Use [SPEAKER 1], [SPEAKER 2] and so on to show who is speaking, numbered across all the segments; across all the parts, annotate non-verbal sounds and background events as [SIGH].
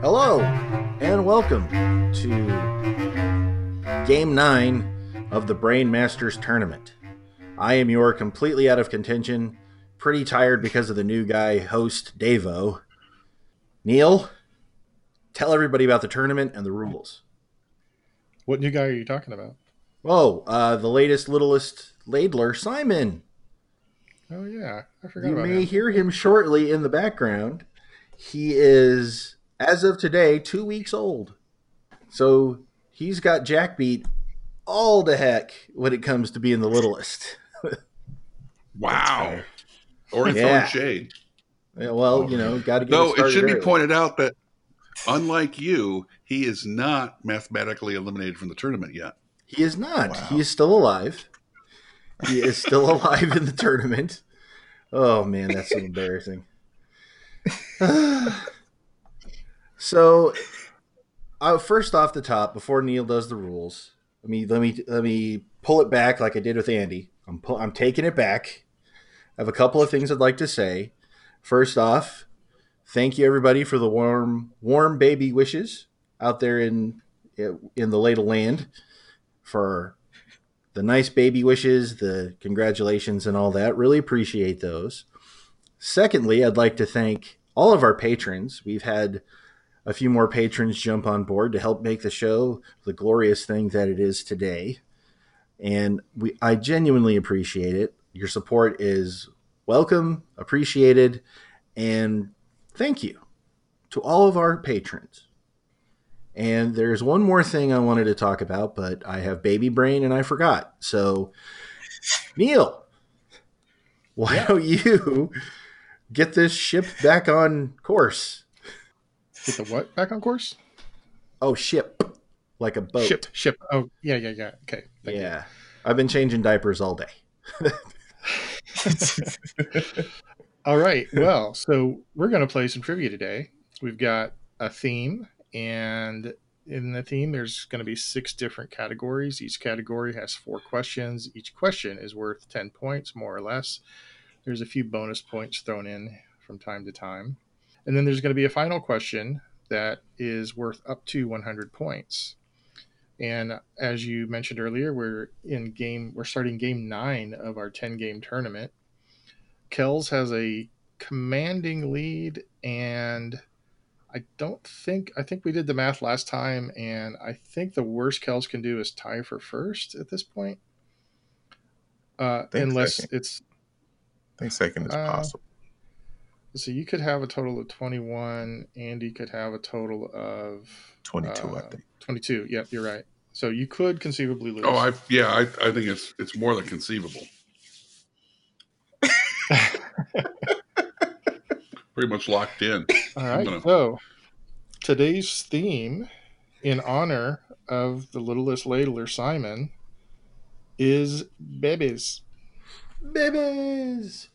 [SPEAKER 1] Hello and welcome to Game 9 of the Brain Masters Tournament. I am your completely out of contention, pretty tired because of the new guy host, Davo. Neil, tell everybody about the tournament and the rules.
[SPEAKER 2] What new guy are you talking about?
[SPEAKER 1] Whoa, uh, the latest, littlest ladler, Simon.
[SPEAKER 2] Oh yeah, I forgot
[SPEAKER 1] You
[SPEAKER 2] about
[SPEAKER 1] may
[SPEAKER 2] him.
[SPEAKER 1] hear him shortly in the background. He is, as of today, two weeks old. So he's got Jack beat all to heck when it comes to being the littlest.
[SPEAKER 3] Wow. Or in
[SPEAKER 1] Yeah.
[SPEAKER 3] throwing shade.
[SPEAKER 1] Yeah, Well, you know, got to get
[SPEAKER 3] Though
[SPEAKER 1] started
[SPEAKER 3] it should be
[SPEAKER 1] early.
[SPEAKER 3] pointed out that unlike you, he is not mathematically eliminated from the tournament yet.
[SPEAKER 1] He is not.
[SPEAKER 3] Wow.
[SPEAKER 1] He is still alive. He is still alive in the tournament. Oh man, that's so embarrassing. [SIGHS] so, uh, first off the top, before Neil does the rules, let me let me let me pull it back like I did with Andy. I'm pull, I'm taking it back. I have a couple of things I'd like to say. First off, thank you everybody for the warm warm baby wishes out there in in the ladle land for the nice baby wishes, the congratulations, and all that. Really appreciate those. Secondly, I'd like to thank all of our patrons. We've had a few more patrons jump on board to help make the show the glorious thing that it is today. And we, I genuinely appreciate it. Your support is welcome, appreciated, and thank you to all of our patrons. And there's one more thing I wanted to talk about, but I have baby brain and I forgot. So, Neil, why don't you get this ship back on course?
[SPEAKER 2] Get the what back on course?
[SPEAKER 1] Oh, ship, like a boat.
[SPEAKER 2] Ship, ship. Oh yeah, yeah, yeah. Okay. Thank you.
[SPEAKER 1] yeah. I've been changing diapers all day.
[SPEAKER 2] All
[SPEAKER 1] [LAUGHS]
[SPEAKER 2] right. Well, so we're gonna play some trivia today. We've got a theme, and in the theme, there's gonna be six different categories. Each category has four questions. Each question is worth ten points, more or less. There's a few bonus points thrown in from time to time, and then there's gonna be a final question that is worth up to 100 points. And as you mentioned earlier, we're in game. We're starting game nine of our 10 game tournament. Kells has a commanding lead, and I don't think I think we did the math last time, and I think the worst Kells can do is tie for first at this point, uh,
[SPEAKER 4] Think
[SPEAKER 2] unless
[SPEAKER 4] second.
[SPEAKER 2] it's
[SPEAKER 4] I think second is
[SPEAKER 2] Uh,
[SPEAKER 4] possible.
[SPEAKER 2] so you could have a total of twenty one, Andy could have a total of
[SPEAKER 4] 22, I
[SPEAKER 2] uh,
[SPEAKER 4] think. [LAUGHS]
[SPEAKER 2] twenty two. Yep, you're right. So you could conceivably lose.
[SPEAKER 3] Oh, I yeah, I, I think it's it's more than
[SPEAKER 1] [LAUGHS]
[SPEAKER 3] conceivable. Pretty much locked in.
[SPEAKER 2] All right.
[SPEAKER 3] gonna-
[SPEAKER 2] So today's theme, in honor of the littlest ladler Simon, is babies.
[SPEAKER 1] Babies.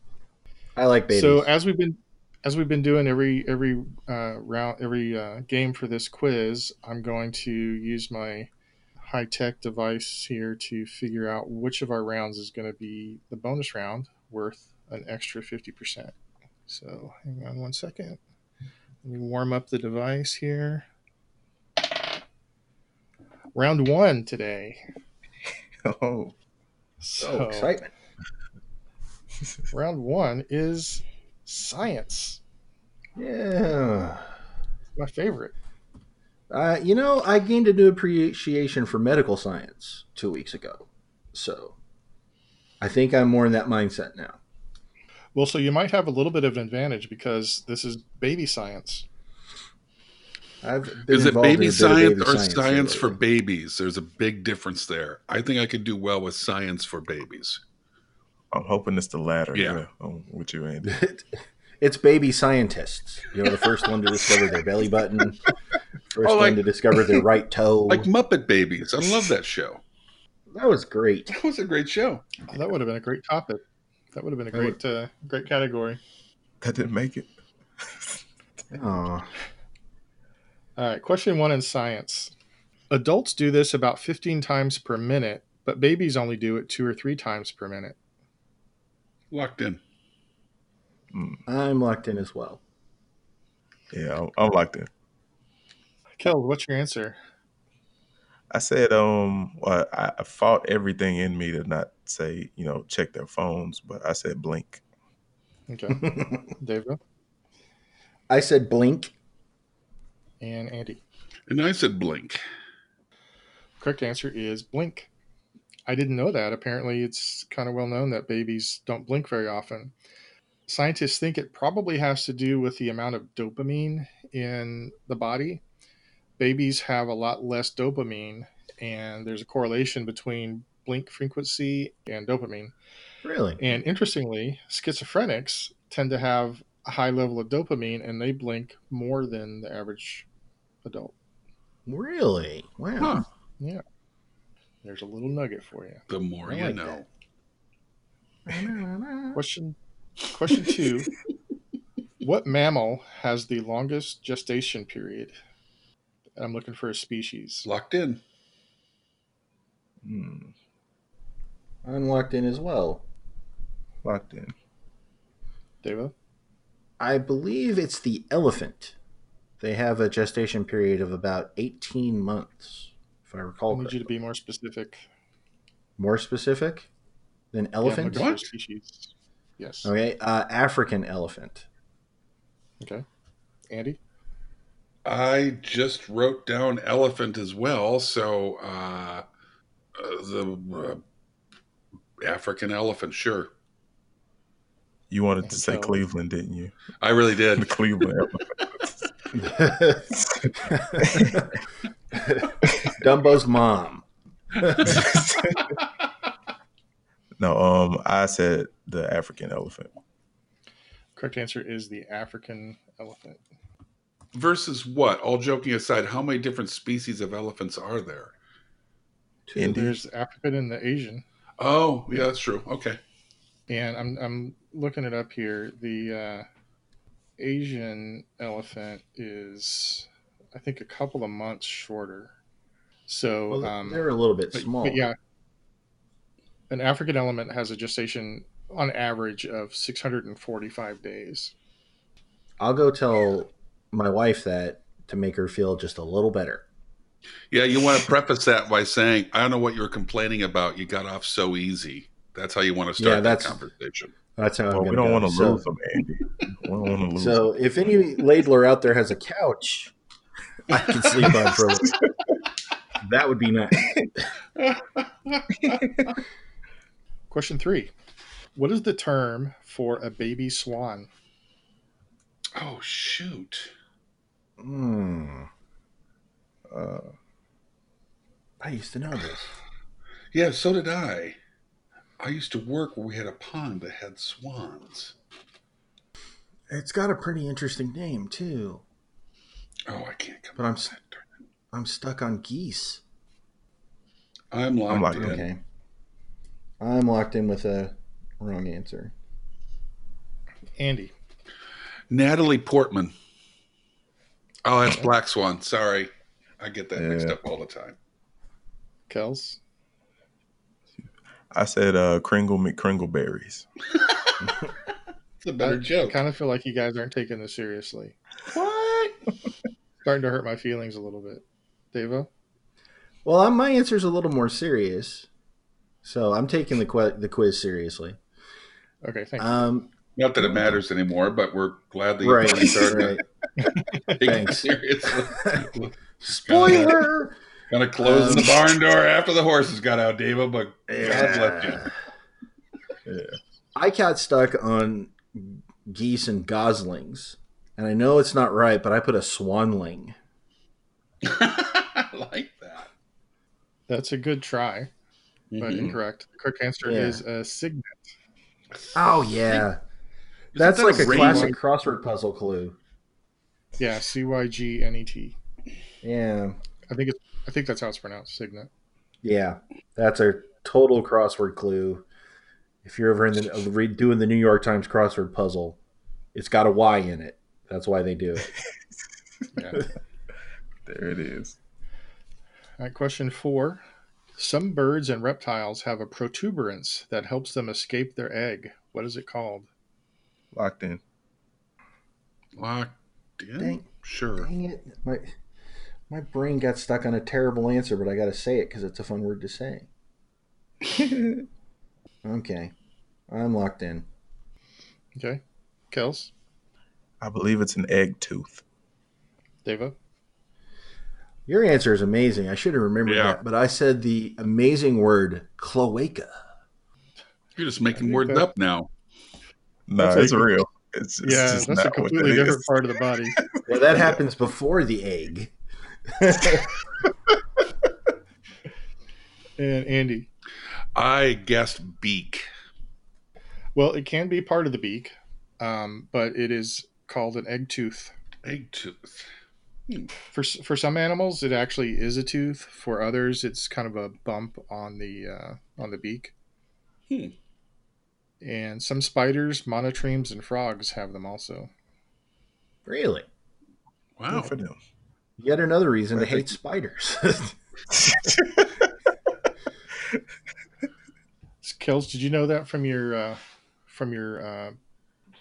[SPEAKER 1] I like babies.
[SPEAKER 2] So as we've been as we've been doing every every uh, round every uh, game for this quiz, I'm going to use my high tech device here to figure out which of our rounds is going to be the bonus round worth an extra fifty percent. So hang on one second. Let me warm up the device here. Round one today.
[SPEAKER 4] Oh,
[SPEAKER 1] oh,
[SPEAKER 2] So
[SPEAKER 1] excitement.
[SPEAKER 2] round one is science.
[SPEAKER 1] Yeah.
[SPEAKER 2] My favorite.
[SPEAKER 1] Uh, you know, I gained a new appreciation for medical science two weeks ago. So I think I'm more in that mindset now.
[SPEAKER 2] Well, so you might have a little bit of an advantage because this is baby science.
[SPEAKER 1] I've been
[SPEAKER 3] Is it
[SPEAKER 1] involved in a
[SPEAKER 3] baby
[SPEAKER 1] bit of
[SPEAKER 3] science
[SPEAKER 1] baby
[SPEAKER 3] or science, for
[SPEAKER 1] lately.
[SPEAKER 3] babies? There's a big difference there. I think I could do well with science for babies.
[SPEAKER 4] I'm hoping it's the latter.
[SPEAKER 3] Yeah.
[SPEAKER 4] Yeah. I'm with you, Andy.
[SPEAKER 1] [LAUGHS] It's baby scientists. You know, the first one to discover their belly button, first
[SPEAKER 3] Oh, like-
[SPEAKER 1] one to discover their right toe.
[SPEAKER 3] Like Muppet Babies. I love that show.
[SPEAKER 1] that was great.
[SPEAKER 3] That was a great show.
[SPEAKER 2] Oh, that would have been a great topic. That would have been a
[SPEAKER 1] That would-
[SPEAKER 2] great, uh, great category.
[SPEAKER 4] That didn't make it.
[SPEAKER 1] Aw.
[SPEAKER 2] All right, question one in science. Adults do this about 15 times per minute, but babies only do it two or three times per minute.
[SPEAKER 3] Locked in.
[SPEAKER 4] Mm,
[SPEAKER 1] I'm locked in as well. [LAUGHS]
[SPEAKER 4] yeah, I'm, I'm locked in.
[SPEAKER 2] Kel, what's your answer?
[SPEAKER 4] I said, um, well, I, I fought everything in me to not say, you know, check their phones, but I said blink.
[SPEAKER 1] [LAUGHS]
[SPEAKER 2] Okay, David
[SPEAKER 1] I said blink.
[SPEAKER 2] and Andy.
[SPEAKER 3] And I said blink.
[SPEAKER 2] Correct answer is blink. I didn't know that. Apparently, it's kind of well known that babies don't blink very often. Scientists think it probably has to do with the amount of dopamine in the body. Babies have a lot less dopamine, and there's a correlation between blink frequency and dopamine.
[SPEAKER 1] Really?
[SPEAKER 2] And interestingly, schizophrenics tend to have a high level of dopamine and they blink more than the average adult.
[SPEAKER 1] Really? Wow.
[SPEAKER 3] Huh.
[SPEAKER 2] There's a little nugget for you.
[SPEAKER 3] The more
[SPEAKER 1] I
[SPEAKER 3] you
[SPEAKER 1] like
[SPEAKER 3] know.
[SPEAKER 2] Question question 2. what mammal has the longest gestation period? I'm looking for a species.
[SPEAKER 3] Locked in.
[SPEAKER 4] Hmm,
[SPEAKER 1] I'm locked in as well.
[SPEAKER 4] locked in.
[SPEAKER 2] Deva?
[SPEAKER 1] I believe it's the elephant. They have a gestation period of about 18 months, if I
[SPEAKER 2] I
[SPEAKER 1] recall
[SPEAKER 2] need you
[SPEAKER 1] correctly.
[SPEAKER 2] to be more specific.
[SPEAKER 1] More specific than
[SPEAKER 2] Yeah, I'm looking
[SPEAKER 1] elephant?
[SPEAKER 2] for a
[SPEAKER 3] What?
[SPEAKER 2] species. Yes.
[SPEAKER 1] okay, uh, African
[SPEAKER 2] [LAUGHS]
[SPEAKER 1] elephant.
[SPEAKER 2] Okay. Andy?
[SPEAKER 3] I just wrote down elephant as well. So uh, uh, the uh, African elephant, sure.
[SPEAKER 4] You wanted to say
[SPEAKER 2] So-
[SPEAKER 4] Cleveland, didn't you? [LAUGHS]
[SPEAKER 3] I really
[SPEAKER 4] The
[SPEAKER 3] did.
[SPEAKER 4] Cleveland. elephant.
[SPEAKER 1] Dumbo's mom.
[SPEAKER 4] no, um, I said the African elephant.
[SPEAKER 2] Correct answer is the African elephant.
[SPEAKER 3] Versus what? All joking aside, how many different species of elephants are there?
[SPEAKER 4] Indy.
[SPEAKER 2] There's African and the Asian.
[SPEAKER 3] Oh, yeah, that's true. Okay.
[SPEAKER 2] And I'm I'm looking it up here. The uh, Asian elephant is, I think, a couple of months shorter. So,
[SPEAKER 1] Well,
[SPEAKER 2] um,
[SPEAKER 1] they're a little bit
[SPEAKER 2] but-
[SPEAKER 1] small.
[SPEAKER 2] but yeah, an African elephant has a gestation on average of 645 days.
[SPEAKER 1] I'll go tell my wife that to make her feel just a little better.
[SPEAKER 3] Yeah, you want to preface that by saying, I don't know what you were complaining about. You got off so easy. That's how you want to start
[SPEAKER 1] Yeah,
[SPEAKER 3] that
[SPEAKER 1] that's-
[SPEAKER 3] conversation.
[SPEAKER 1] That's how I'm
[SPEAKER 4] Well, we
[SPEAKER 1] gonna
[SPEAKER 4] don't
[SPEAKER 1] go.
[SPEAKER 4] want to
[SPEAKER 1] So-
[SPEAKER 4] lose them, Andy. We don't want to [LAUGHS] lose.
[SPEAKER 1] So if any ladler out there has a couch, I can sleep on [LAUGHS] for a little. That would be nice.
[SPEAKER 2] Question three: What is the term for a baby swan?
[SPEAKER 3] Oh, shoot.
[SPEAKER 1] Hmm.
[SPEAKER 4] uh,
[SPEAKER 1] I used to know this.
[SPEAKER 3] Yeah, so did I. I used to work where we had a pond that had swans.
[SPEAKER 1] It's got a pretty interesting name too,
[SPEAKER 3] Oh, I can't come.
[SPEAKER 1] but I'm s- I'm stuck on geese.
[SPEAKER 3] I'm locked,
[SPEAKER 4] I'm locked
[SPEAKER 3] in.
[SPEAKER 4] in.
[SPEAKER 1] Okay. I'm locked in with a wrong answer.
[SPEAKER 2] Andy.
[SPEAKER 3] Natalie Portman. Oh, that's Black Swan. Sorry. I get that mixed
[SPEAKER 4] Yeah.
[SPEAKER 3] up all the time.
[SPEAKER 2] Kels.
[SPEAKER 4] I said uh, Kringle McKringleberries.
[SPEAKER 3] It's a better joke.
[SPEAKER 2] I kind of feel like you guys aren't taking this seriously.
[SPEAKER 3] What?
[SPEAKER 2] starting to hurt my feelings a little bit. Devo,
[SPEAKER 1] Well, I'm, my answer's a little more serious, so I'm taking the que- the quiz seriously.
[SPEAKER 2] okay, thank you.
[SPEAKER 1] Um,
[SPEAKER 3] Not that it matters anymore, but we're glad that you
[SPEAKER 1] [LAUGHS] right,
[SPEAKER 3] finally started
[SPEAKER 1] right.
[SPEAKER 3] taking it
[SPEAKER 1] Thanks.
[SPEAKER 3] seriously. [LAUGHS]
[SPEAKER 1] Spoiler.
[SPEAKER 3] Gonna close
[SPEAKER 1] Um,
[SPEAKER 3] the barn door after the horses got out, Dave. But God left you. [LAUGHS]
[SPEAKER 4] Yeah.
[SPEAKER 1] I got stuck on geese and goslings, and I know it's not right, but I put a swanling.
[SPEAKER 3] I like that.
[SPEAKER 2] That's a good try, but
[SPEAKER 3] Mhm.
[SPEAKER 2] incorrect. The correct answer
[SPEAKER 1] mm-hmm. Yeah.
[SPEAKER 2] is uh, a signet.
[SPEAKER 1] Oh yeah,
[SPEAKER 3] Isn't
[SPEAKER 1] that's
[SPEAKER 3] that
[SPEAKER 1] like a
[SPEAKER 3] rain-
[SPEAKER 1] classic crossword puzzle clue.
[SPEAKER 2] Yeah, C Y G N E T.
[SPEAKER 1] Yeah,
[SPEAKER 2] I think it's I think that's how it's pronounced, signet.
[SPEAKER 1] yeah, that's a total crossword clue. If you're ever in the uh, re- doing the New York Times crossword puzzle, it's got a Y in it. That's why they do it.
[SPEAKER 4] There it is.
[SPEAKER 2] All right, question four. Some birds and reptiles have a protuberance that helps them escape their egg. What is it called?
[SPEAKER 4] Locked in.
[SPEAKER 3] Locked in?
[SPEAKER 1] Dang,
[SPEAKER 3] Sure.
[SPEAKER 1] dang it! My My brain got stuck on a terrible answer, but I got to say it because it's a fun word to say. okay. I'm locked in.
[SPEAKER 2] Okay. Kels,
[SPEAKER 4] I believe it's an egg tooth.
[SPEAKER 2] Deva.
[SPEAKER 1] Your answer is amazing. I should have remembered
[SPEAKER 3] Yeah.
[SPEAKER 1] that, but I said the amazing word cloaca.
[SPEAKER 3] You're just
[SPEAKER 2] I
[SPEAKER 3] making
[SPEAKER 2] think
[SPEAKER 3] words
[SPEAKER 2] that-
[SPEAKER 3] up now.
[SPEAKER 4] No,
[SPEAKER 2] That's
[SPEAKER 4] it's
[SPEAKER 2] like-
[SPEAKER 4] real. It's, it's
[SPEAKER 2] yeah,
[SPEAKER 4] just
[SPEAKER 2] that's a
[SPEAKER 4] not what
[SPEAKER 2] completely
[SPEAKER 4] it is.
[SPEAKER 2] different
[SPEAKER 4] [LAUGHS]
[SPEAKER 2] part of the body.
[SPEAKER 1] Well, that happens before the egg.
[SPEAKER 2] And Andy.
[SPEAKER 3] I guessed beak.
[SPEAKER 2] Well, it can be part of the beak, um, but it is called an egg tooth.
[SPEAKER 3] Egg tooth.
[SPEAKER 2] For s- for some animals, it actually is a tooth. For others, it's kind of a bump on the uh, on the beak.
[SPEAKER 3] Hmm.
[SPEAKER 2] And some spiders, monotremes, and frogs have them also.
[SPEAKER 1] Really?
[SPEAKER 3] Wow.
[SPEAKER 4] Good for them.
[SPEAKER 1] Yet another reason to
[SPEAKER 4] I think-
[SPEAKER 1] hate spiders. [LAUGHS]
[SPEAKER 2] Kels, did you know that from your uh, from your uh,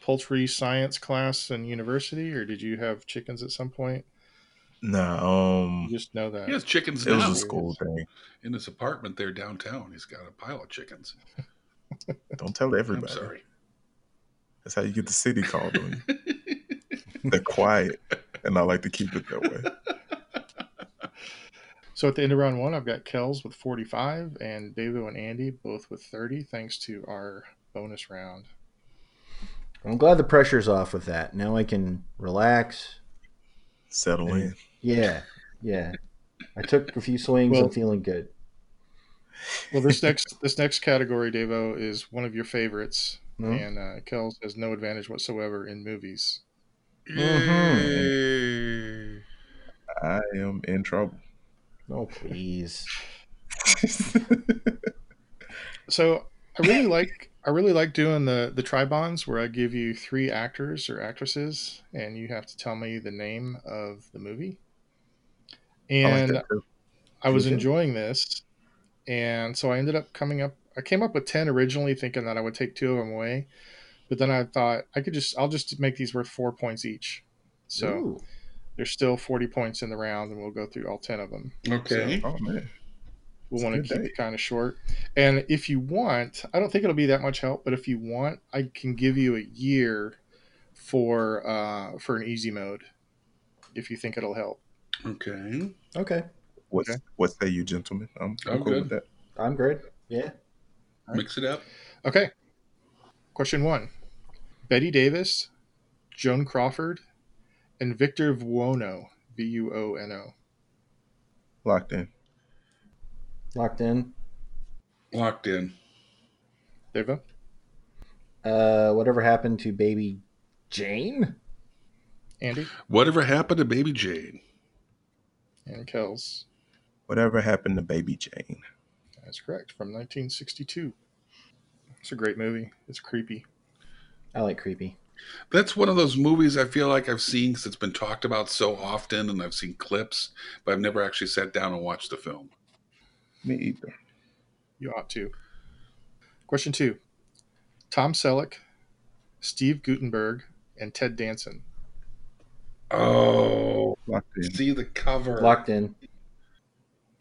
[SPEAKER 2] poultry science class in university, or did you have chickens at some point?
[SPEAKER 4] Nah, um,
[SPEAKER 2] You just know that.
[SPEAKER 3] He has chickens
[SPEAKER 4] it was
[SPEAKER 3] now
[SPEAKER 4] a school thing.
[SPEAKER 3] in his apartment there downtown. He's got a pile of chickens.
[SPEAKER 4] Don't tell everybody.
[SPEAKER 3] I'm
[SPEAKER 4] [LAUGHS]
[SPEAKER 3] sorry.
[SPEAKER 4] That's how you get the city called on you. They're quiet, and I like to keep it that way.
[SPEAKER 2] So at the end of round one, I've got Kells with 45 and Devo and Andy both with 30, thanks to our bonus round.
[SPEAKER 1] I'm glad the pressure's off with that. Now I can relax.
[SPEAKER 4] Settle in.
[SPEAKER 1] Yeah, yeah. I took a few swings.
[SPEAKER 2] Well-
[SPEAKER 1] I'm feeling good.
[SPEAKER 2] Well, this next this next category, Devo, is one of your favorites,
[SPEAKER 1] Mhm.
[SPEAKER 2] and uh, Kells has no advantage whatsoever in movies.
[SPEAKER 4] Mm-hmm.
[SPEAKER 3] Yay.
[SPEAKER 4] I am in trouble. [LAUGHS]
[SPEAKER 1] Oh, please.
[SPEAKER 2] So I really like I really like doing the the tribons where I give you three actors or actresses, and you have to tell me the name of the movie.
[SPEAKER 4] I like
[SPEAKER 2] And
[SPEAKER 4] that too.
[SPEAKER 2] I was
[SPEAKER 1] Okay.
[SPEAKER 2] enjoying this, and so I ended up coming up. I came up with ten originally, thinking that I would take two of them away, but then I thought I could just I'll just make these worth four points each. So
[SPEAKER 1] Ooh.
[SPEAKER 2] there's still forty points in the round, and we'll go through all ten of them.
[SPEAKER 3] Okay.
[SPEAKER 4] Oh man,
[SPEAKER 2] We'll
[SPEAKER 4] It's a
[SPEAKER 2] want to
[SPEAKER 4] good
[SPEAKER 2] keep
[SPEAKER 4] day.
[SPEAKER 2] it kind of short. And if you want, I don't think it'll be that much help, but if you want, I can give you a year for uh, for an easy mode, if you think it'll help.
[SPEAKER 3] Okay.
[SPEAKER 1] Okay.
[SPEAKER 4] what
[SPEAKER 2] Okay.
[SPEAKER 4] what say you, gentlemen? I'm, I'm
[SPEAKER 3] I'm
[SPEAKER 4] cool
[SPEAKER 3] good.
[SPEAKER 4] with that.
[SPEAKER 1] I'm great. Yeah.
[SPEAKER 3] Mix it up.
[SPEAKER 2] Okay. Question one Betty Davis, Joan Crawford, and Victor Vuono, V U O N O.
[SPEAKER 4] Locked in.
[SPEAKER 1] Locked in.
[SPEAKER 3] Locked in.
[SPEAKER 2] Deva,
[SPEAKER 1] Uh, whatever happened to baby Jane?
[SPEAKER 2] Andy,
[SPEAKER 3] Whatever happened to Baby Jane?
[SPEAKER 2] and Kells.
[SPEAKER 4] Whatever happened to Baby Jane?
[SPEAKER 2] That's correct. From 1962. It's a great movie. It's creepy.
[SPEAKER 1] I like creepy.
[SPEAKER 3] That's one of those movies I feel like I've seen because it's been talked about so often and I've seen clips, but I've never actually sat down and watched the film.
[SPEAKER 4] Me either.
[SPEAKER 2] You ought to. Question two Tom Selleck, Steve Gutenberg, and Ted Danson.
[SPEAKER 3] Oh,
[SPEAKER 4] Locked in.
[SPEAKER 3] see the cover.
[SPEAKER 1] Locked in.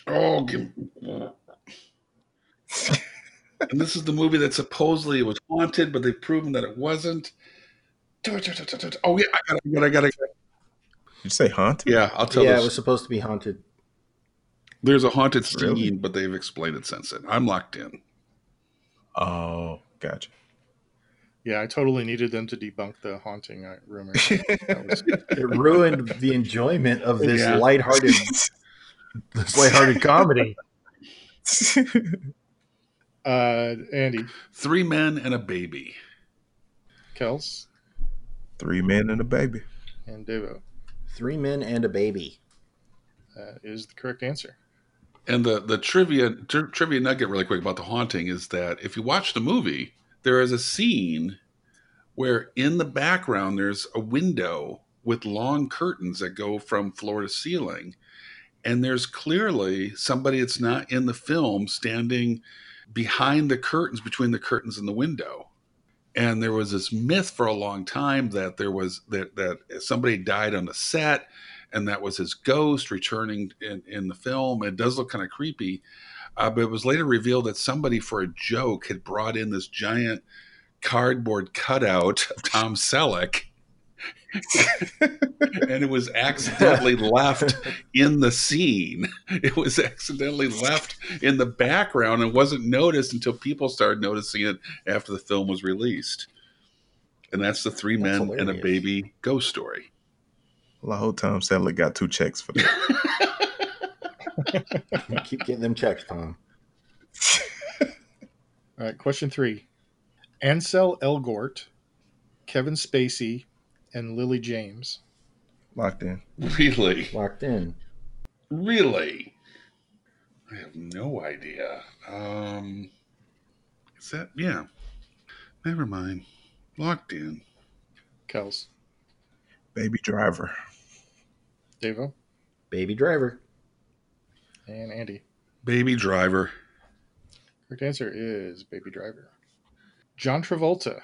[SPEAKER 3] Oh, give [LAUGHS] and this is the movie that supposedly was haunted, but they've proven that it wasn't. Oh yeah, I got it. I got it.
[SPEAKER 4] you say haunted?
[SPEAKER 3] Yeah, I'll tell
[SPEAKER 1] yeah,
[SPEAKER 3] this.
[SPEAKER 1] it was supposed to be haunted.
[SPEAKER 3] There's a haunted scene,
[SPEAKER 4] Really?
[SPEAKER 3] but they've explained it since then. I'm locked in.
[SPEAKER 4] Oh, gotcha. [LAUGHS]
[SPEAKER 2] Yeah, I totally needed them to debunk the haunting uh, rumor. That was-
[SPEAKER 1] It ruined the enjoyment of this
[SPEAKER 3] Yeah.
[SPEAKER 1] lighthearted, [LAUGHS] this lighthearted comedy.
[SPEAKER 2] uh, Andy,
[SPEAKER 3] Three men and a baby.
[SPEAKER 2] Kels,
[SPEAKER 4] Three men and a baby.
[SPEAKER 2] and Devo.
[SPEAKER 1] Three men and a baby.
[SPEAKER 2] uh, is the correct answer.
[SPEAKER 3] And the the trivia tri- trivia nugget really quick about the haunting is that if you watch the movie, there is a scene where in the background there's a window with long curtains that go from floor to ceiling, and there's clearly somebody that's not in the film standing behind the curtains between the curtains and the window. And there was this myth for a long time that there was that that somebody died on the set and that was his ghost returning in, in the film. It does look kind of creepy, uh, but it was later revealed that somebody for a joke had brought in this giant cardboard cutout of Tom Selleck. [LAUGHS] and it
[SPEAKER 1] [LAUGHS]
[SPEAKER 3] was accidentally left in the scene. It was accidentally left in the background and wasn't noticed until people started noticing it after the film was released. And that's the three
[SPEAKER 1] That's
[SPEAKER 3] men and a
[SPEAKER 1] hilarious.
[SPEAKER 3] baby ghost story. [LAUGHS]
[SPEAKER 4] Well, the whole time Sadler got two checks for that.
[SPEAKER 1] Keep getting them checks, Tom.
[SPEAKER 2] All right, question three. Ansel Elgort, Kevin Spacey, and Lily James.
[SPEAKER 4] Locked in.
[SPEAKER 3] Really?
[SPEAKER 1] Locked in.
[SPEAKER 3] Really? I have no idea. Um, is that yeah? Never mind. Locked in.
[SPEAKER 2] Kels,
[SPEAKER 4] Baby Driver.
[SPEAKER 2] Devo,
[SPEAKER 1] Baby driver.
[SPEAKER 2] and Andy.
[SPEAKER 3] Baby Driver. [LAUGHS]
[SPEAKER 2] Correct answer is Baby Driver. John Travolta,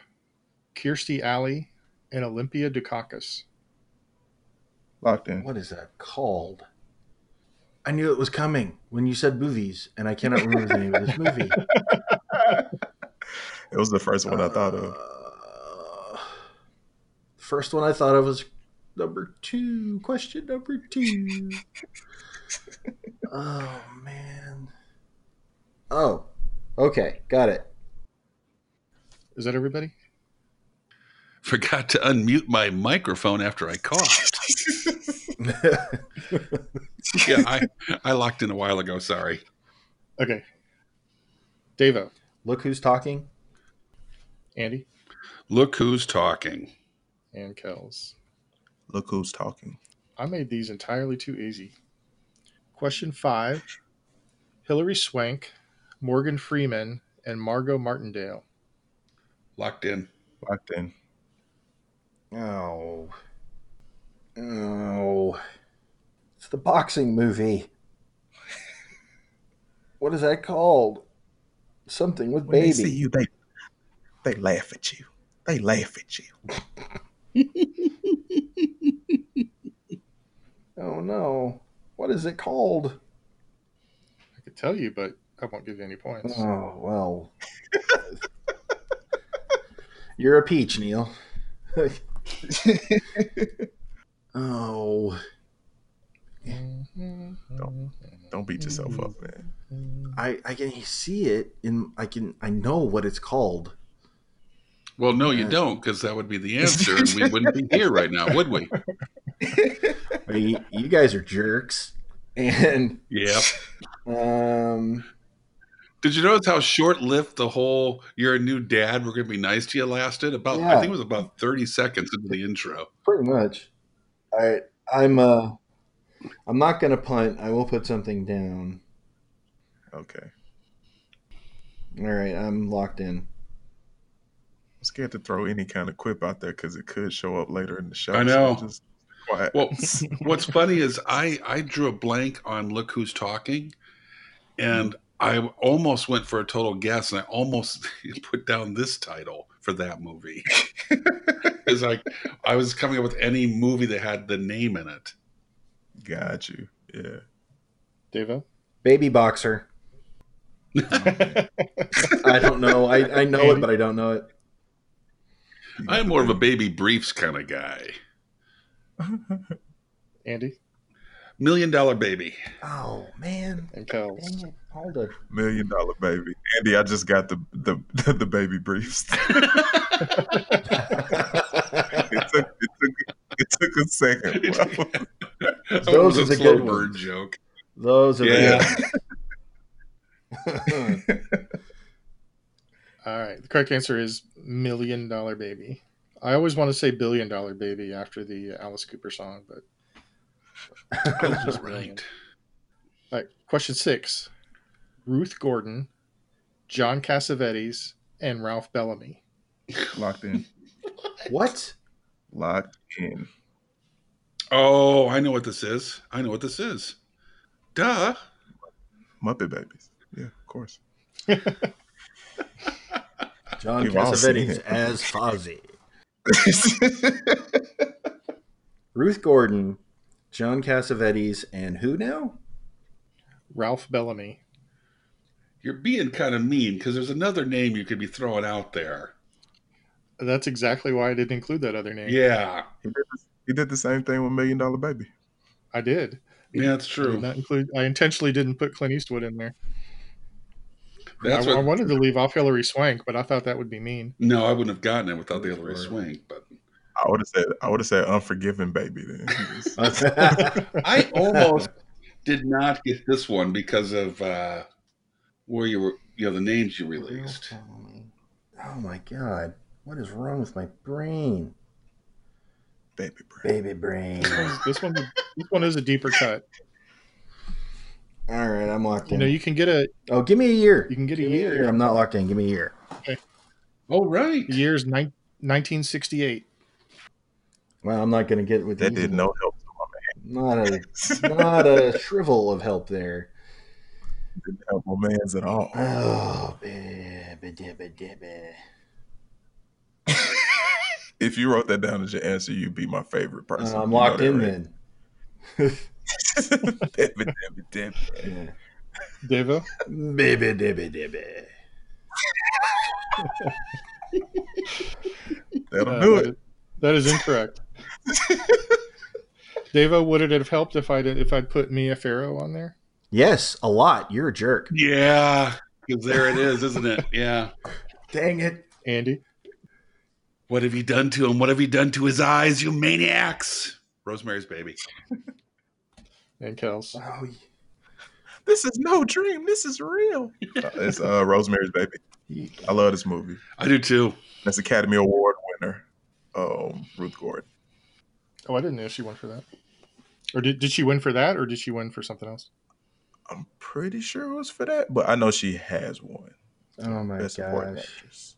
[SPEAKER 2] Kirstie Alley, and Olympia Dukakis.
[SPEAKER 4] Locked in.
[SPEAKER 1] What is that called? I knew it was coming when you said movies, and I cannot remember the name of this movie.
[SPEAKER 4] It was the first one I thought of.
[SPEAKER 1] Uh, First one I thought of was number two. Question number
[SPEAKER 4] [LAUGHS]
[SPEAKER 1] two. oh man. Oh, okay, got
[SPEAKER 4] [LAUGHS]
[SPEAKER 1] it.
[SPEAKER 2] Is that everybody?
[SPEAKER 3] Forgot to unmute my microphone after
[SPEAKER 1] [LAUGHS]
[SPEAKER 3] I coughed. yeah, I, I locked in a while ago. Sorry.
[SPEAKER 2] Okay. Devo,
[SPEAKER 1] Look who's talking.
[SPEAKER 2] Andy,
[SPEAKER 3] Look who's talking.
[SPEAKER 2] and Kels.
[SPEAKER 4] Look who's talking.
[SPEAKER 2] I made these entirely too easy. Question five Hilary Swank, Morgan Freeman, and Margot Martindale.
[SPEAKER 3] Locked in.
[SPEAKER 4] Locked in.
[SPEAKER 1] Oh. Oh. It's the boxing movie. What is that called? Something with
[SPEAKER 4] When they see
[SPEAKER 1] baby.
[SPEAKER 4] you, they they laugh at you. They laugh at you.
[SPEAKER 1] Oh no. What is it called?
[SPEAKER 2] I could tell you, but I won't give you any points.
[SPEAKER 1] Oh, well. You're a peach, [LAUGHS] Neil. oh.
[SPEAKER 2] Mm-hmm.
[SPEAKER 4] Don't beat yourself
[SPEAKER 3] Mm-hmm.
[SPEAKER 4] up, man.
[SPEAKER 1] I I can see it in I can I know what it's called.
[SPEAKER 3] Well, no, you
[SPEAKER 1] Yeah.
[SPEAKER 3] don't, because that would
[SPEAKER 1] [LAUGHS]
[SPEAKER 3] be the answer, and we wouldn't be here right now, would we?
[SPEAKER 1] I mean, you guys are jerks. And
[SPEAKER 3] Yeah.
[SPEAKER 1] Um,
[SPEAKER 3] Did you notice how short-lived the whole "You're a new dad, we're going to be nice to you" lasted? About I
[SPEAKER 1] Yeah.
[SPEAKER 3] think it was about thirty seconds into the intro.
[SPEAKER 1] pretty much. I I'm uh I'm not gonna punt. I will put something down.
[SPEAKER 4] Okay.
[SPEAKER 1] All right, I'm locked in.
[SPEAKER 4] I'm scared to throw any kind of quip out there because it could show up later in the show.
[SPEAKER 3] I know.
[SPEAKER 4] so just
[SPEAKER 3] [LAUGHS]
[SPEAKER 4] quiet.
[SPEAKER 1] [LAUGHS]
[SPEAKER 3] Well, what's funny is I I drew a blank on "Look Who's Talking,"
[SPEAKER 1] Mm.
[SPEAKER 3] and I almost went for a total guess, and I almost [LAUGHS] put down this title for that movie. [LAUGHS] It's like I was coming up with any movie that had the name in it.
[SPEAKER 4] Got you. Yeah.
[SPEAKER 2] Devo?
[SPEAKER 1] Baby boxer. I don't know. I I know [LAUGHS] it, but I don't know it.
[SPEAKER 3] I'm more of a baby briefs kind of guy.
[SPEAKER 2] Andy
[SPEAKER 3] Million Dollar Baby.
[SPEAKER 1] Oh man,
[SPEAKER 2] and Kels.
[SPEAKER 1] dang it, hold [LAUGHS] it.
[SPEAKER 4] million dollar baby. Andy, I just got the the, [LAUGHS] the baby briefs. it took it took it took a
[SPEAKER 3] [LAUGHS]
[SPEAKER 4] second.
[SPEAKER 3] That
[SPEAKER 1] Those are
[SPEAKER 3] was
[SPEAKER 1] the
[SPEAKER 3] slow
[SPEAKER 1] good
[SPEAKER 3] burn
[SPEAKER 1] ones.
[SPEAKER 3] joke.
[SPEAKER 1] [LAUGHS] Those are
[SPEAKER 3] Yeah.
[SPEAKER 1] the
[SPEAKER 2] All right. The correct answer is Million Dollar Baby. I always want to say Billion Dollar Baby after the Alice Cooper song, but.
[SPEAKER 3] That was right.
[SPEAKER 2] All right. Question six Ruth Gordon, John Cassavetes, and Ralph Bellamy.
[SPEAKER 4] Locked in.
[SPEAKER 1] [LAUGHS] what?
[SPEAKER 4] Locked in.
[SPEAKER 3] Oh, I know what this is. I know what this is. Duh.
[SPEAKER 4] Muppet Babies. Yeah, of course. [LAUGHS]
[SPEAKER 1] John
[SPEAKER 4] We've all seen
[SPEAKER 1] Cassavetes
[SPEAKER 4] it.
[SPEAKER 1] as Fozzie. Ruth Gordon John Cassavetes, and who now?
[SPEAKER 2] Ralph Bellamy.
[SPEAKER 3] You're being kind of mean because there's another name you could be throwing out there.
[SPEAKER 2] That's exactly why I didn't include that other name.
[SPEAKER 3] Yeah,
[SPEAKER 4] He did, the- he did the same thing with Million Dollar Baby.
[SPEAKER 2] I did.
[SPEAKER 3] yeah, that's
[SPEAKER 2] I
[SPEAKER 3] true.
[SPEAKER 2] did not include. I intentionally didn't put Clint Eastwood in there.
[SPEAKER 3] That's
[SPEAKER 2] I, I
[SPEAKER 3] what.
[SPEAKER 2] wanted to leave off Hillary Swank, but I thought that would be mean.
[SPEAKER 3] No, I wouldn't have gotten it without the Hillary
[SPEAKER 1] Right.
[SPEAKER 3] Swank. But
[SPEAKER 4] I would have said I would have said Unforgiven Baby then. Just-
[SPEAKER 3] I almost did not get this one because of uh, where you were, you know, the names you released.
[SPEAKER 1] Oh my god. What is wrong with my brain?
[SPEAKER 4] baby Brown.
[SPEAKER 1] Baby brain.
[SPEAKER 2] This one, this one is a deeper cut.
[SPEAKER 1] All right, I'm locked
[SPEAKER 2] You
[SPEAKER 1] in.
[SPEAKER 2] know, you can get a
[SPEAKER 1] oh, give me a year.
[SPEAKER 2] you can get a
[SPEAKER 1] Give me
[SPEAKER 2] year.
[SPEAKER 1] I'm not locked in. Give me a year.
[SPEAKER 3] Oh, right.
[SPEAKER 2] The year's nine, 1968.
[SPEAKER 1] Well, I'm not going to get with
[SPEAKER 4] That
[SPEAKER 1] these.
[SPEAKER 4] did no help
[SPEAKER 1] Not a
[SPEAKER 4] to my man.
[SPEAKER 1] not a shrivel of help there.
[SPEAKER 4] Didn't help my man's at all.
[SPEAKER 1] Oh, baby, baby, baby.
[SPEAKER 4] if you wrote that down as your answer, you'd be my favorite person.
[SPEAKER 1] Uh, I'm
[SPEAKER 4] You know
[SPEAKER 1] locked
[SPEAKER 4] that,
[SPEAKER 1] in
[SPEAKER 4] right?
[SPEAKER 1] then. [LAUGHS]
[SPEAKER 4] [LAUGHS] Dip it, dip it, dip it.
[SPEAKER 1] Yeah.
[SPEAKER 2] Devo,
[SPEAKER 1] Baby, baby, baby.
[SPEAKER 4] That'll
[SPEAKER 2] Uh,
[SPEAKER 4] do
[SPEAKER 2] that
[SPEAKER 4] it.
[SPEAKER 2] is- That is
[SPEAKER 4] [LAUGHS]
[SPEAKER 2] incorrect. Devo, would it have helped if I did, if I'd put Mia Farrow on there?
[SPEAKER 1] Yes, a lot. You're a jerk.
[SPEAKER 3] Yeah, because there it is, isn't it? Yeah.
[SPEAKER 1] Dang it.
[SPEAKER 2] Andy,
[SPEAKER 3] What have you done to him? What have you done to his eyes, you maniacs? Rosemary's Baby.
[SPEAKER 2] and Kels.
[SPEAKER 1] Oh,
[SPEAKER 4] This is no dream. This is real. Uh, it's uh, Rosemary's Baby.
[SPEAKER 1] you-
[SPEAKER 4] I love this movie.
[SPEAKER 3] I do too.
[SPEAKER 4] That's Academy Award winner, um, Ruth Gordon.
[SPEAKER 2] Oh, I didn't know she won for that. Or did, did she win for that, or did she win for something else?
[SPEAKER 4] I'm pretty sure it was for that, but I know she has won.
[SPEAKER 1] oh my
[SPEAKER 4] Best supporting
[SPEAKER 1] gosh.
[SPEAKER 4] actress.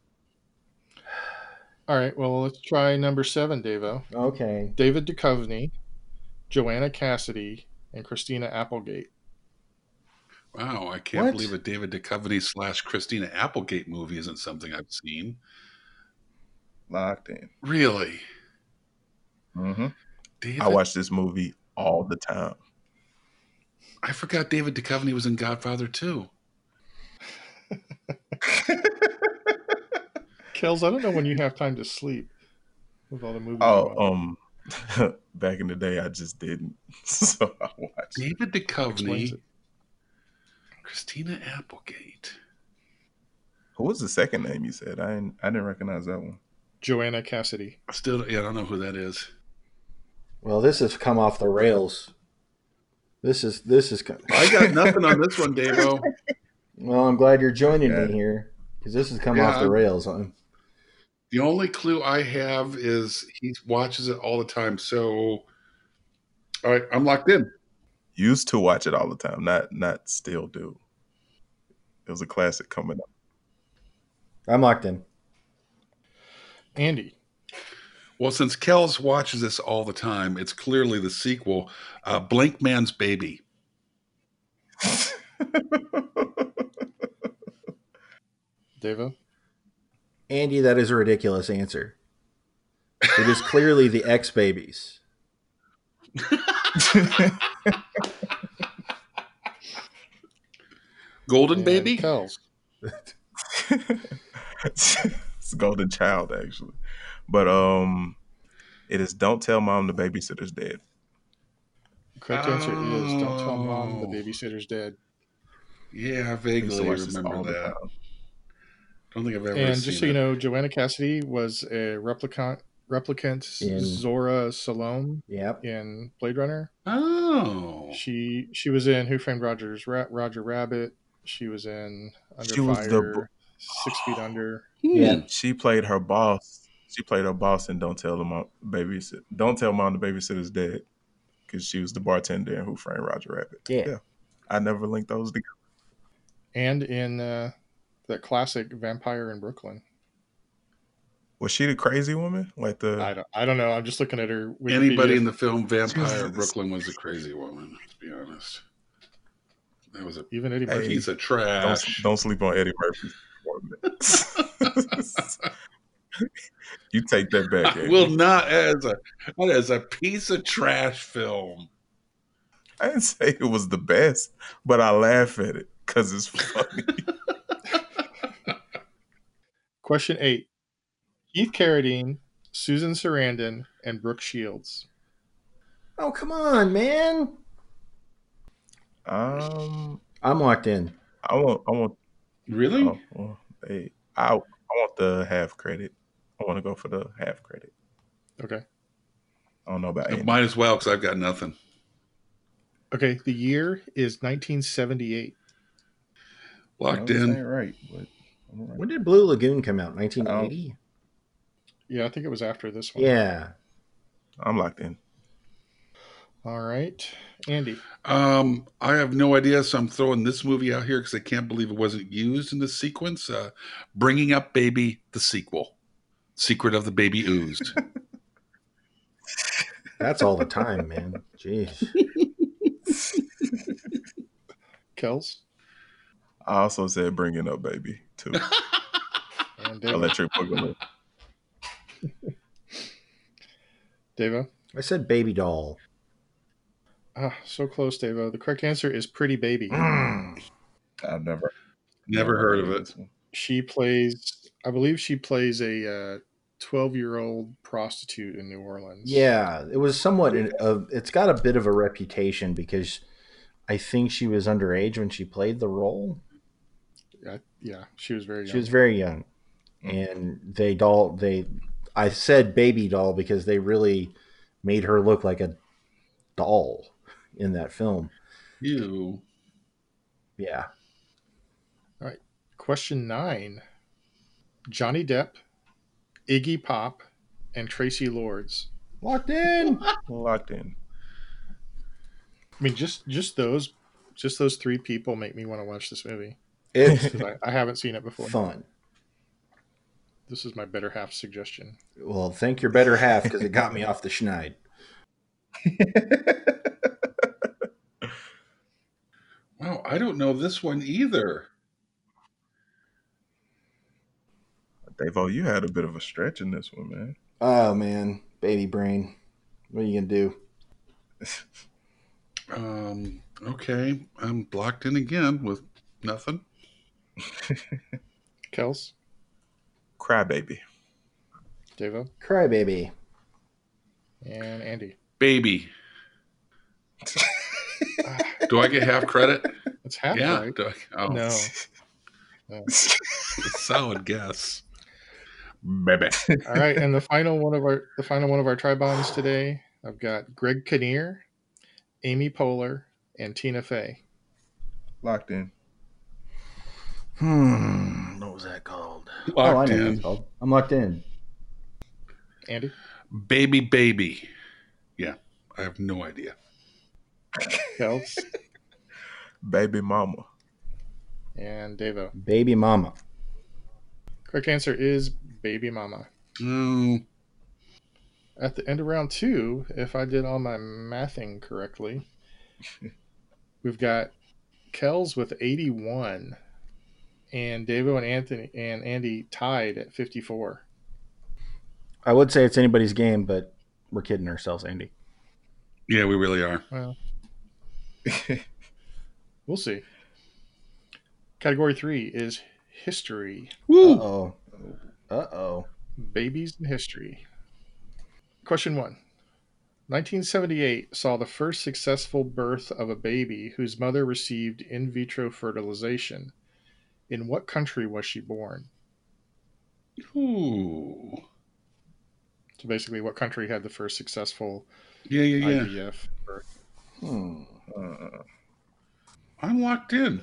[SPEAKER 2] All right, well, let's try number seven, Devo.
[SPEAKER 1] Okay.
[SPEAKER 2] David Duchovny, Joanna Cassidy, and Christina Applegate.
[SPEAKER 3] Wow, I can't
[SPEAKER 1] What?
[SPEAKER 3] believe a David Duchovny slash Christina Applegate movie isn't something I've seen.
[SPEAKER 4] Locked in.
[SPEAKER 3] Really?
[SPEAKER 4] hmm
[SPEAKER 3] David,
[SPEAKER 4] I watch this movie all the time.
[SPEAKER 3] I forgot David Duchovny was in Godfather too.
[SPEAKER 2] Kels, I don't know when you have time to sleep with all the movies. you
[SPEAKER 4] Oh,
[SPEAKER 2] watch.
[SPEAKER 4] um, [LAUGHS] back in the day, I just didn't, [LAUGHS] so I watched. it.
[SPEAKER 3] David
[SPEAKER 2] Explains
[SPEAKER 3] Duchovny,
[SPEAKER 2] it.
[SPEAKER 3] Christina Applegate.
[SPEAKER 4] Who was the second name you said? I didn't, I didn't recognize that one.
[SPEAKER 2] Joanna Cassidy.
[SPEAKER 3] I still, yeah, I don't know who that is.
[SPEAKER 1] Well, this has come off the rails. This is this is. co-
[SPEAKER 3] I got nothing on this one, Davo.
[SPEAKER 1] Well, I'm glad you're joining
[SPEAKER 4] Yeah.
[SPEAKER 1] me here because this has come
[SPEAKER 3] Yeah,
[SPEAKER 1] off the
[SPEAKER 3] I'm-
[SPEAKER 1] rails. I'm,
[SPEAKER 3] The only clue I have is he watches it all the time. So, all right, I'm locked in.
[SPEAKER 4] Used to watch it all the time, not not still do. It was a classic coming up.
[SPEAKER 1] I'm locked in.
[SPEAKER 2] Andy,
[SPEAKER 3] Well, since Kells watches this all the time, it's clearly the sequel, uh, Blank Man's Baby.
[SPEAKER 2] Devo,
[SPEAKER 1] Andy, that is a ridiculous answer. It is clearly the [LAUGHS] ex babies.
[SPEAKER 3] [LAUGHS] Golden
[SPEAKER 2] and
[SPEAKER 3] Baby?
[SPEAKER 2] Kels.
[SPEAKER 4] [LAUGHS] it's Golden Child actually, but um, it is Don't Tell Mom the Babysitter's Dead.
[SPEAKER 2] Correct answer is Don't Tell Mom the
[SPEAKER 3] Oh.
[SPEAKER 2] Babysitter's Dead.
[SPEAKER 3] Yeah, I
[SPEAKER 4] I used to
[SPEAKER 3] vaguely
[SPEAKER 4] watch this all
[SPEAKER 3] remember
[SPEAKER 4] the
[SPEAKER 3] that.
[SPEAKER 4] time.
[SPEAKER 3] Don't think I've ever
[SPEAKER 2] and
[SPEAKER 3] seen
[SPEAKER 2] just so you
[SPEAKER 3] it.
[SPEAKER 2] know, Joanna Cassidy was a replicant, replicant
[SPEAKER 1] In-
[SPEAKER 2] Zora Salome
[SPEAKER 1] Yep.
[SPEAKER 2] in Blade Runner.
[SPEAKER 3] Oh.
[SPEAKER 2] She she was in Who Framed Roger's Ra- Roger Rabbit. She was in Under
[SPEAKER 4] She
[SPEAKER 2] Fire,
[SPEAKER 4] was the bo-
[SPEAKER 2] Six Feet Under.
[SPEAKER 3] hmm.
[SPEAKER 1] Yeah.
[SPEAKER 4] She played her boss. She played her boss and Don't Tell the Mom Babysit. Don't Tell Mom the Babysitter's Dead, because she was the bartender in Who Framed Roger Rabbit.
[SPEAKER 1] Yeah.
[SPEAKER 4] Yeah. I never linked those together.
[SPEAKER 2] and in uh, the classic Vampire in Brooklyn.
[SPEAKER 4] Was she the crazy woman? Like the
[SPEAKER 2] I don't, I don't know. I'm just looking at her. Wikipedia.
[SPEAKER 3] Anybody in the film
[SPEAKER 4] [LAUGHS]
[SPEAKER 3] Vampire
[SPEAKER 4] Jesus.
[SPEAKER 3] Brooklyn was a crazy woman, to be honest. That was a
[SPEAKER 2] even Eddie
[SPEAKER 4] Hey,
[SPEAKER 2] Murphy.
[SPEAKER 3] piece of
[SPEAKER 4] don't,
[SPEAKER 3] trash.
[SPEAKER 4] don't sleep on Eddie Murphy's
[SPEAKER 3] [LAUGHS]
[SPEAKER 4] performance. you take that back.
[SPEAKER 3] I [LAUGHS]
[SPEAKER 4] Andy.
[SPEAKER 3] will not as a that is a piece of trash film.
[SPEAKER 4] I didn't say it was the best, but I laugh at it because
[SPEAKER 3] [LAUGHS]
[SPEAKER 4] it's funny.
[SPEAKER 2] Question eight Keith Carradine, Susan Sarandon, and Brooke Shields.
[SPEAKER 1] Oh, come on, man.
[SPEAKER 4] um,
[SPEAKER 1] I'm locked in.
[SPEAKER 4] I want, I want,
[SPEAKER 3] Really?
[SPEAKER 4] oh, well, hey, I, I want the half credit. I want to go for the half credit.
[SPEAKER 2] Okay.
[SPEAKER 4] I don't know about Andy.
[SPEAKER 3] Might as well because I've got nothing.
[SPEAKER 2] Okay. The year is 1978.
[SPEAKER 3] Locked
[SPEAKER 4] I know this
[SPEAKER 3] in.
[SPEAKER 4] ain't right, but I'm all right.
[SPEAKER 1] When did Blue Lagoon come out? 1980?
[SPEAKER 2] Yeah, I think it was after this one.
[SPEAKER 1] Yeah.
[SPEAKER 4] I'm locked in.
[SPEAKER 2] All right. Andy.
[SPEAKER 3] Um, I have no idea, so I'm throwing this movie out here because I can't believe it wasn't used in the sequence. Uh, Bringing Up Baby, the sequel, Secret of the Baby
[SPEAKER 1] [LAUGHS]
[SPEAKER 3] Oozed.
[SPEAKER 1] That's all the time, man. Jeez.
[SPEAKER 2] Kells.
[SPEAKER 4] I also said bringing up baby too.
[SPEAKER 3] [LAUGHS]
[SPEAKER 2] And Deva.
[SPEAKER 4] Electric Boogaloo.
[SPEAKER 2] Deva.
[SPEAKER 1] I said baby doll.
[SPEAKER 2] Ah, so close, Deva. The correct answer is Pretty Baby.
[SPEAKER 4] Mm. I've never
[SPEAKER 3] Never heard of it.
[SPEAKER 4] this one.
[SPEAKER 2] She plays, I believe she plays a 12 year old prostitute in New Orleans.
[SPEAKER 1] Yeah, it was somewhat. in- Of, it's got a bit of a reputation because I think she was underage when she played the role.
[SPEAKER 2] I, yeah. She was very young.
[SPEAKER 1] She was very young, and they doll they. I said baby doll because they really made her look like a doll in that film.
[SPEAKER 3] You.
[SPEAKER 1] Yeah,
[SPEAKER 2] Question nine Johnny Depp, Iggy Pop, and Tracy Lords.
[SPEAKER 1] locked
[SPEAKER 3] [LAUGHS]
[SPEAKER 1] in.
[SPEAKER 4] Locked in.
[SPEAKER 2] I mean, just just those, just those three people make me want to watch this movie.
[SPEAKER 1] It's
[SPEAKER 2] 'Cause I, I haven't seen it before.
[SPEAKER 1] fun.
[SPEAKER 2] This is my better half suggestion.
[SPEAKER 1] Well, thank your better half because it got me off the schneid.
[SPEAKER 3] Wow, I don't know this one either.
[SPEAKER 4] Devo, you had a bit of a stretch in this one, man.
[SPEAKER 1] Oh man, baby brain. What are you gonna do?
[SPEAKER 3] Um, okay, I'm blocked in again with nothing.
[SPEAKER 2] Kels,
[SPEAKER 4] Crybaby.
[SPEAKER 2] Devo,
[SPEAKER 1] Cry baby.
[SPEAKER 2] and Andy. [SIGHS]
[SPEAKER 3] Baby.
[SPEAKER 2] Ah,
[SPEAKER 3] Do I get half
[SPEAKER 1] [LAUGHS]
[SPEAKER 3] credit?
[SPEAKER 2] That's half
[SPEAKER 3] yeah.
[SPEAKER 2] right.
[SPEAKER 3] do I- oh,
[SPEAKER 2] No,
[SPEAKER 3] solid guess. Baby.
[SPEAKER 2] all right. And the final one of our the final one of our tri bombs today. I've got Greg Kinnear, Amy Poehler, and Tina Fey.
[SPEAKER 4] [LAUGHS] Locked in.
[SPEAKER 1] Hmm. What was that called? oh, I
[SPEAKER 3] Locked
[SPEAKER 1] know what it's
[SPEAKER 3] in.
[SPEAKER 1] called. I'm locked in.
[SPEAKER 2] Andy,
[SPEAKER 3] Baby, baby. Yeah, I have no idea.
[SPEAKER 2] Kels,
[SPEAKER 4] Baby mama.
[SPEAKER 2] and Devo.
[SPEAKER 1] Baby mama.
[SPEAKER 2] Correct answer is Baby Mama.
[SPEAKER 3] Mm,
[SPEAKER 2] At the end of round two, if I did all my mathing correctly, we've got Kells with 81 and Davo and Anthony and Andy tied at 54.
[SPEAKER 1] I would say it's anybody's game, but we're kidding ourselves, Andy.
[SPEAKER 3] yeah, we really are.
[SPEAKER 2] Well, we'll see. Category three is history,
[SPEAKER 1] Uh
[SPEAKER 3] Woo!
[SPEAKER 1] oh. Uh oh.
[SPEAKER 2] babies in history. Question one. 1978 saw the first successful birth of a baby whose mother received in vitro fertilization. In what country was she born?
[SPEAKER 3] Ooh.
[SPEAKER 2] So basically, what country had the first successful
[SPEAKER 3] Yeah, yeah, yeah.
[SPEAKER 2] IVF birth?
[SPEAKER 1] Hmm.
[SPEAKER 4] Uh,
[SPEAKER 3] I'm locked in.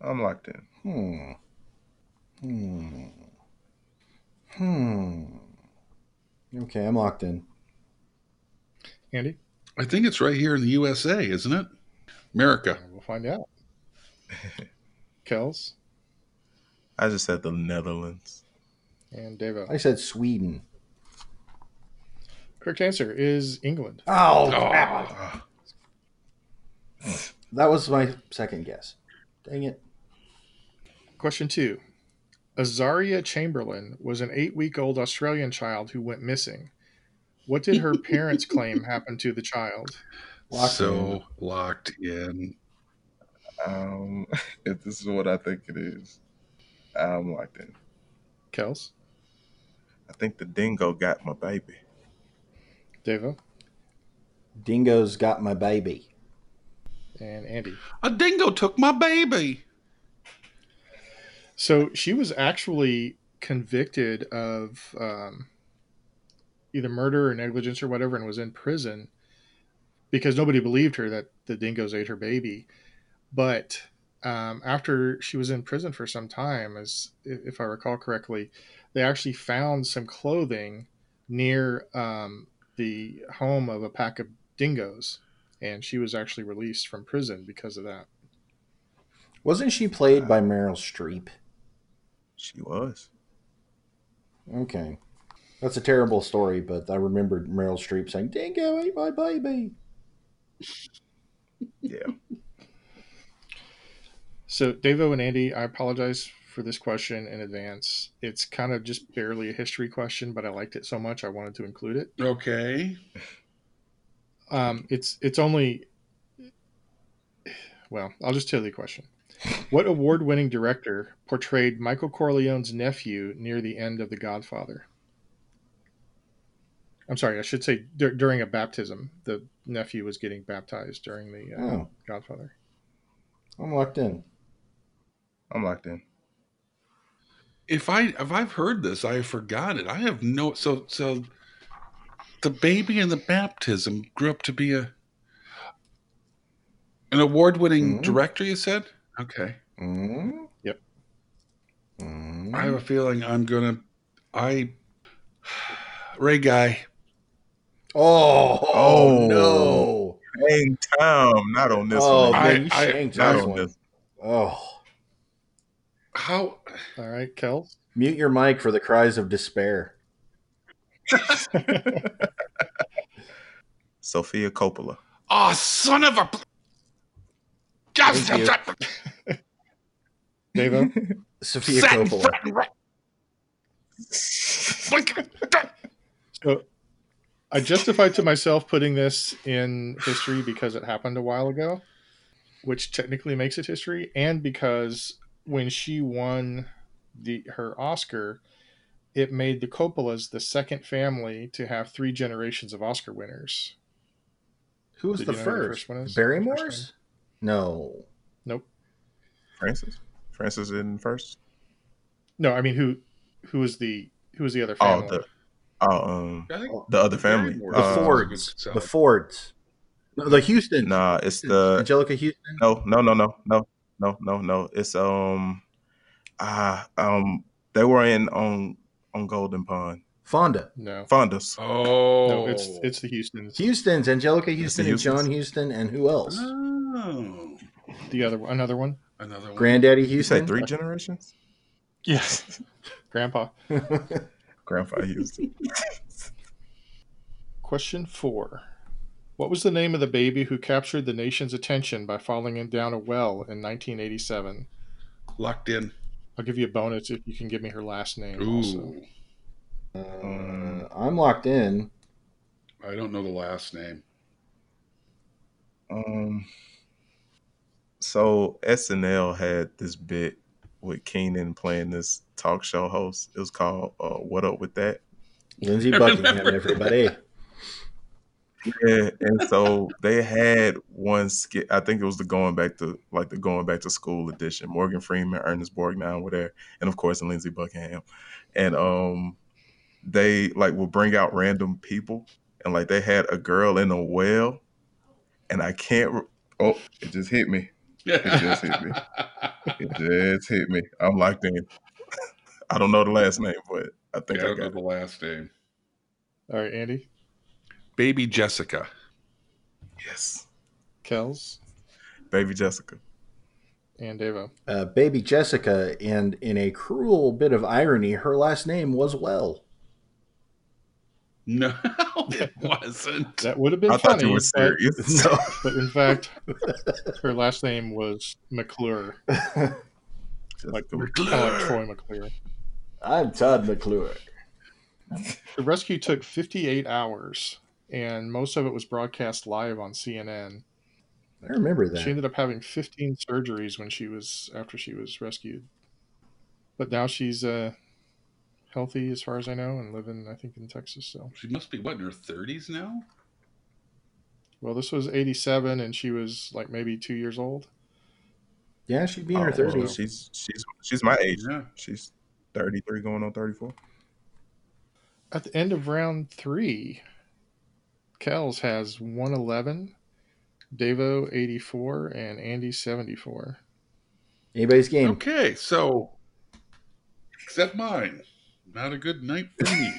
[SPEAKER 4] I'm locked in.
[SPEAKER 1] Hmm. Hmm. Hmm. Okay, I'm locked in.
[SPEAKER 2] Andy,
[SPEAKER 3] I think it's right here in the USA, isn't it? America.
[SPEAKER 2] we'll find out. Kells
[SPEAKER 4] I just said the Netherlands.
[SPEAKER 2] and Devo.
[SPEAKER 1] I said Sweden.
[SPEAKER 2] Correct answer is England.
[SPEAKER 1] Oh, crap.
[SPEAKER 3] Oh,
[SPEAKER 1] that was my second guess. Dang it.
[SPEAKER 2] Question two. Azaria Chamberlain was an eight week old Australian child who went missing. What did her parents claim happened to the child?
[SPEAKER 1] Locked
[SPEAKER 3] so
[SPEAKER 1] in.
[SPEAKER 3] locked in.
[SPEAKER 4] Um, [LAUGHS] if this is what I think it is, I'm locked in.
[SPEAKER 2] Kels,
[SPEAKER 4] I think the dingo got my baby.
[SPEAKER 2] Devo,
[SPEAKER 1] Dingo's got my baby.
[SPEAKER 2] and Andy.
[SPEAKER 3] A dingo took my baby.
[SPEAKER 2] So she was actually convicted of um, either murder or negligence or whatever, and was in prison because nobody believed her that the dingoes ate her baby. But um, after she was in prison for some time, as if if I recall correctly, they actually found some clothing near um, the home of a pack of dingoes, and she was actually released from prison because of that.
[SPEAKER 1] Wasn't she played by Meryl Streep?
[SPEAKER 4] She was.
[SPEAKER 1] Okay. That's a terrible story, but I remembered Meryl Streep saying, Dingo ate my baby.
[SPEAKER 4] Yeah.
[SPEAKER 2] So, Davo and Andy, I apologize for this question in advance. It's kind of just barely a history question, but I liked it so much I wanted to include it.
[SPEAKER 3] Okay.
[SPEAKER 2] Um, it's it's only well, I'll just tell you the question. What award-winning director portrayed Michael Corleone's nephew near the end of The Godfather? I'm sorry, I should say dur- during a baptism. The nephew was getting baptized during the uh,
[SPEAKER 1] Oh,
[SPEAKER 2] Godfather.
[SPEAKER 1] I'm locked in.
[SPEAKER 4] I'm locked in.
[SPEAKER 3] If I if I've heard this, I forgot it. I have no so so the baby and the baptism grew up to be a an award winning
[SPEAKER 1] Mhm.
[SPEAKER 3] director, you said? Okay.
[SPEAKER 1] Mm?
[SPEAKER 2] Yep.
[SPEAKER 1] Mm.
[SPEAKER 3] I have a feeling I'm gonna I [SIGHS] Ray Guy.
[SPEAKER 1] Oh,
[SPEAKER 4] Oh.
[SPEAKER 1] no.
[SPEAKER 4] Hang time, not on this
[SPEAKER 1] oh,
[SPEAKER 4] one.
[SPEAKER 3] I-
[SPEAKER 1] man, you
[SPEAKER 3] I-
[SPEAKER 1] shanked
[SPEAKER 4] not
[SPEAKER 1] this
[SPEAKER 4] on
[SPEAKER 1] one.
[SPEAKER 4] this.
[SPEAKER 1] Oh.
[SPEAKER 3] How
[SPEAKER 2] All right, Kel.
[SPEAKER 1] Mute your mic for the cries of despair.
[SPEAKER 4] Sophia Coppola.
[SPEAKER 3] Oh son of a just
[SPEAKER 1] Thank you.
[SPEAKER 2] Davo.
[SPEAKER 1] Sophia Coppola.
[SPEAKER 2] So I justified to myself putting this in history because it happened a while ago, which technically makes it history, and because when she won the her Oscar, it made the Coppolas the second family to have three generations of Oscar winners.
[SPEAKER 1] Who was
[SPEAKER 2] Did
[SPEAKER 1] the
[SPEAKER 2] you know who the
[SPEAKER 1] first?
[SPEAKER 2] first one is?
[SPEAKER 1] Barrymore's?
[SPEAKER 2] First
[SPEAKER 1] No.
[SPEAKER 4] Francis. Francis in first.
[SPEAKER 2] No, I mean who who was the who was the other
[SPEAKER 4] Oh,
[SPEAKER 2] family?
[SPEAKER 4] the oh, um, the other family.
[SPEAKER 3] Barrymore.
[SPEAKER 1] The
[SPEAKER 2] Oh.
[SPEAKER 4] Uh,
[SPEAKER 1] Fords. The Fords. No, the Houston.
[SPEAKER 4] Nah, it's the
[SPEAKER 1] Angelica Houston.
[SPEAKER 4] no, no, no, no, no, no, no, no. It's um, ah, um, they were in on on Golden Pond.
[SPEAKER 1] Fonda.
[SPEAKER 2] no.
[SPEAKER 4] Fonda's.
[SPEAKER 3] Oh,
[SPEAKER 2] No, it's it's the Houston's.
[SPEAKER 1] Houston's Angelica Houston and
[SPEAKER 4] Houstons.
[SPEAKER 1] John Houston and who else?
[SPEAKER 2] Uh,
[SPEAKER 3] Oh,
[SPEAKER 2] The other one- another one,
[SPEAKER 3] another one.
[SPEAKER 1] Granddaddy
[SPEAKER 4] You say
[SPEAKER 1] Houston.
[SPEAKER 4] three generations? Yes.
[SPEAKER 2] Grandpa.
[SPEAKER 4] Grandpa Houston.
[SPEAKER 2] Question four. What was the name of the baby who captured the nation's attention by falling in down a well in 1987?
[SPEAKER 3] Locked in.
[SPEAKER 2] I'll give you a bonus if you can give me her last name.
[SPEAKER 3] Ooh,
[SPEAKER 2] Also.
[SPEAKER 1] [LAUGHS] Uh, I'm locked in.
[SPEAKER 3] I don't know the last name.
[SPEAKER 4] Um, so SNL had this bit with Keenan playing this talk show host. It was called uh, "What Up with That."
[SPEAKER 1] Lindsey
[SPEAKER 3] I
[SPEAKER 1] Buckingham,
[SPEAKER 3] remember
[SPEAKER 1] everybody.
[SPEAKER 4] Yeah, and so they had one skit. I think it was the going back to like the going back to school edition. Morgan Freeman, Ernest Borgnine were there, and of course Lindsey Buckingham. And um, they like will bring out random people, and like they had a girl in a well, and I can't. Re- oh, it just hit me. just
[SPEAKER 3] [LAUGHS]
[SPEAKER 4] hit me. It just hit me. I'm locked in. [LAUGHS] I don't know the last name, but I think
[SPEAKER 3] Yeah, I
[SPEAKER 4] I
[SPEAKER 3] don't know
[SPEAKER 4] got
[SPEAKER 3] the
[SPEAKER 4] it.
[SPEAKER 3] last name.
[SPEAKER 2] All right, Andy,
[SPEAKER 3] Baby Jessica.
[SPEAKER 4] Yes.
[SPEAKER 2] Kels,
[SPEAKER 4] Baby Jessica.
[SPEAKER 2] and Devo.
[SPEAKER 1] Uh, baby Jessica, and in a cruel bit of irony, her last name was Well. [LAUGHS]
[SPEAKER 3] No, [LAUGHS] it wasn't.
[SPEAKER 2] That would have been
[SPEAKER 4] I
[SPEAKER 2] funny,
[SPEAKER 4] thought you were
[SPEAKER 2] but-
[SPEAKER 4] serious. [LAUGHS]
[SPEAKER 1] No.
[SPEAKER 2] But, in fact, her last name was McClure, like
[SPEAKER 4] Jessica.
[SPEAKER 2] kind of like Troy McClure.
[SPEAKER 1] I'm Todd McClure.
[SPEAKER 2] The rescue took 58 hours, and most of it was broadcast live on CNN.
[SPEAKER 1] I remember
[SPEAKER 2] She
[SPEAKER 1] that.
[SPEAKER 2] ended up having 15 surgeries when she was after she was rescued. But now she's uh, healthy, as far as I know, and living, I think, in Texas. So,
[SPEAKER 3] She must be what in her thirties now.
[SPEAKER 2] well, this was 87, and she was like maybe two years old.
[SPEAKER 1] Yeah, she'd be in her
[SPEAKER 4] Oh, well,
[SPEAKER 1] thirties.
[SPEAKER 4] she's she's she's my age.
[SPEAKER 3] Yeah.
[SPEAKER 4] She's thirty three, going on thirty four.
[SPEAKER 2] At the end of round three, Kells has 111, Devo 84, and Andy 74.
[SPEAKER 1] Anybody's game.
[SPEAKER 3] Okay, so except mine, not a good night for me.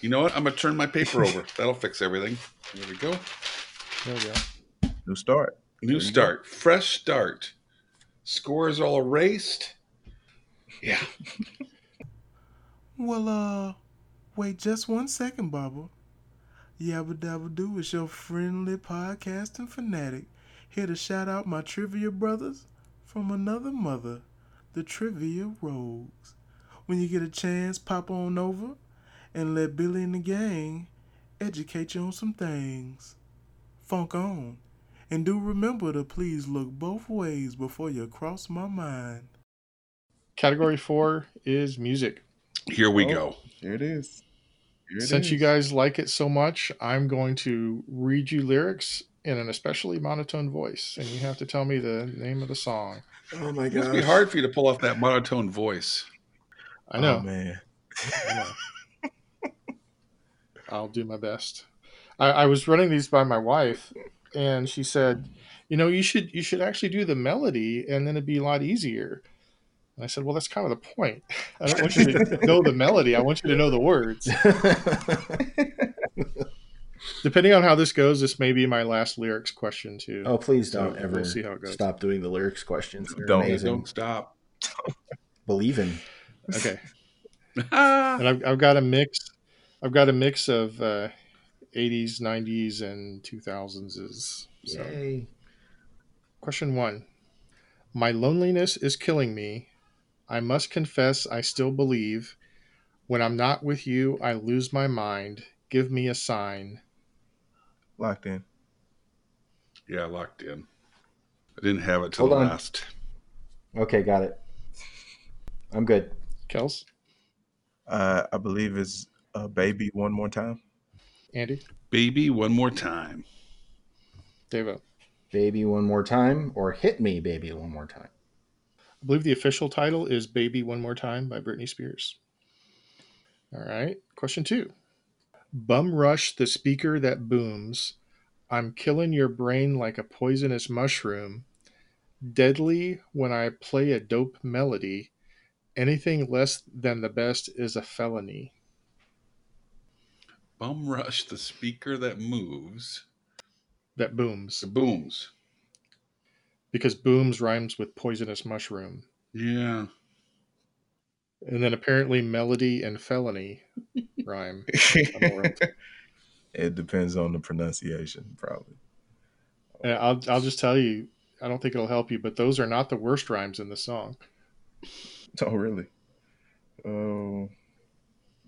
[SPEAKER 3] you know what? I'm gonna turn my paper over. That'll fix everything. There we go.
[SPEAKER 2] There we go.
[SPEAKER 4] New start.
[SPEAKER 3] New
[SPEAKER 4] There you go.
[SPEAKER 3] start, fresh start. Scores all erased. Yeah.
[SPEAKER 5] Well, uh, wait just one second, Bubba. Yabba Dabba Doo is your friendly podcasting fanatic here to shout out my trivia brothers from another mother, the Trivia Rogues. When you get a chance, pop on over and let Billy and the gang educate you on some things. Funk on. And do remember to please look both ways before you cross my mind.
[SPEAKER 2] Category four is music.
[SPEAKER 3] Here we
[SPEAKER 4] Oh.
[SPEAKER 3] go.
[SPEAKER 4] Here it is. Here it
[SPEAKER 2] Since you
[SPEAKER 4] is.
[SPEAKER 2] guys like it so much, I'm going to read you lyrics in an especially monotone voice, and you have to tell me the name of the song.
[SPEAKER 1] Oh my
[SPEAKER 3] It must be hard for you to pull off that monotone voice.
[SPEAKER 2] I know.
[SPEAKER 4] oh, man.
[SPEAKER 2] I know. I'll do my best. I, I was running these by my wife, and she said, "You know, you should you should actually do the melody, and then it'd be a lot easier." And I said, "Well, that's kind of the point. [LAUGHS] I don't want you
[SPEAKER 4] [LAUGHS]
[SPEAKER 2] to know the melody. I want you to know the words." Depending on how this goes, this may be my last lyrics question too.
[SPEAKER 1] [LAUGHS] oh, please
[SPEAKER 2] So,
[SPEAKER 1] don't ever
[SPEAKER 2] we'll see how it goes.
[SPEAKER 1] stop doing the lyrics questions. They're
[SPEAKER 4] Don't.
[SPEAKER 3] Hey,
[SPEAKER 1] amazing.
[SPEAKER 3] don't stop.
[SPEAKER 1] Believe in.
[SPEAKER 2] Okay.
[SPEAKER 3] Ah,
[SPEAKER 2] and I've, I've got a mix i've got a mix of uh 80s 90s and 2000s is so
[SPEAKER 1] Yay.
[SPEAKER 2] question one my loneliness is killing me i must confess i still believe when i'm not with you i lose my mind give me a sign
[SPEAKER 4] Locked in.
[SPEAKER 3] yeah, locked in. I didn't have it till
[SPEAKER 1] Hold
[SPEAKER 3] the
[SPEAKER 1] on.
[SPEAKER 3] last.
[SPEAKER 1] Okay, got it. I'm good.
[SPEAKER 2] kels
[SPEAKER 4] Uh, I believe is uh, baby one more time.
[SPEAKER 2] andy
[SPEAKER 3] Baby, one more time.
[SPEAKER 2] Devo.
[SPEAKER 1] Baby one more time or hit me baby one more time.
[SPEAKER 2] i believe the official title is baby one more time by britney spears all right question two bum rush the speaker that booms I'm killing your brain like a poisonous mushroom. Deadly when I play a dope melody. Anything less than the best is a felony.
[SPEAKER 3] Bum rush the speaker that moves.
[SPEAKER 2] That booms.
[SPEAKER 3] The booms.
[SPEAKER 2] Because booms rhymes with poisonous mushroom.
[SPEAKER 3] Yeah.
[SPEAKER 2] And then apparently melody and felony rhyme. I'm all right.
[SPEAKER 4] it depends on the pronunciation, probably.
[SPEAKER 2] And I'll, I'll just tell you, I don't think it'll help you, but those are not the worst rhymes in the song.
[SPEAKER 4] [LAUGHS] Oh, really? Oh,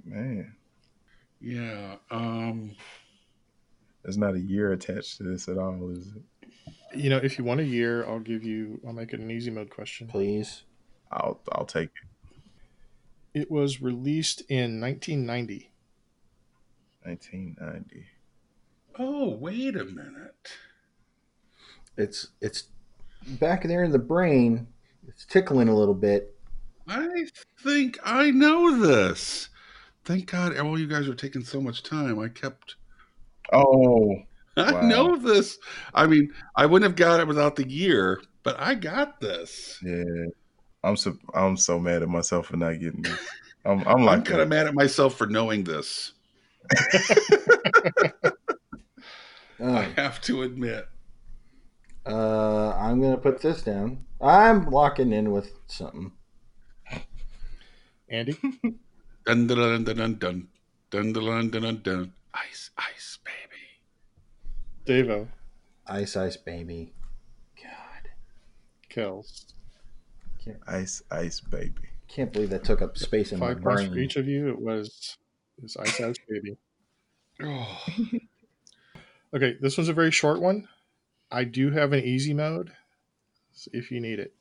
[SPEAKER 4] man.
[SPEAKER 3] Yeah. Um
[SPEAKER 4] There's not a year attached to this at all, is it?
[SPEAKER 2] You know, if you want a year, I'll give you, I'll make it an easy mode question.
[SPEAKER 1] Please.
[SPEAKER 4] I'll I'll take it.
[SPEAKER 2] It was released in 1990.
[SPEAKER 4] 1990.
[SPEAKER 3] oh wait a minute.
[SPEAKER 1] It's it's back there in the brain. It's tickling a little bit.
[SPEAKER 3] I think I know this. Thank God all you guys are taking so much time. I kept [LAUGHS]
[SPEAKER 4] Oh,
[SPEAKER 3] I
[SPEAKER 4] Wow.
[SPEAKER 3] know this. I mean, I wouldn't have got it without the year, but I got this.
[SPEAKER 4] yeah. I'm so I'm so mad at myself for not getting this.
[SPEAKER 1] [LAUGHS]
[SPEAKER 4] I'm I'm like
[SPEAKER 3] I'm kind of mad at myself for knowing this. I
[SPEAKER 2] [LAUGHS]
[SPEAKER 1] Oh,
[SPEAKER 3] have to admit.
[SPEAKER 1] uh, I'm gonna put this down. I'm locking in with something.
[SPEAKER 2] Andy?
[SPEAKER 3] Dun dun dun dun dun dun dun dun dun dun dun. Ice, ice, baby.
[SPEAKER 2] Devo,
[SPEAKER 1] Ice Ice Baby. God,
[SPEAKER 2] Kells.
[SPEAKER 4] ice ice baby.
[SPEAKER 1] can't believe that took up space in my
[SPEAKER 2] Five points for
[SPEAKER 1] brain.
[SPEAKER 2] each of you. It was it was Ice Ice Baby.
[SPEAKER 3] Oh,
[SPEAKER 2] Okay, this one's a very short one. I do have an easy mode s- if you need it.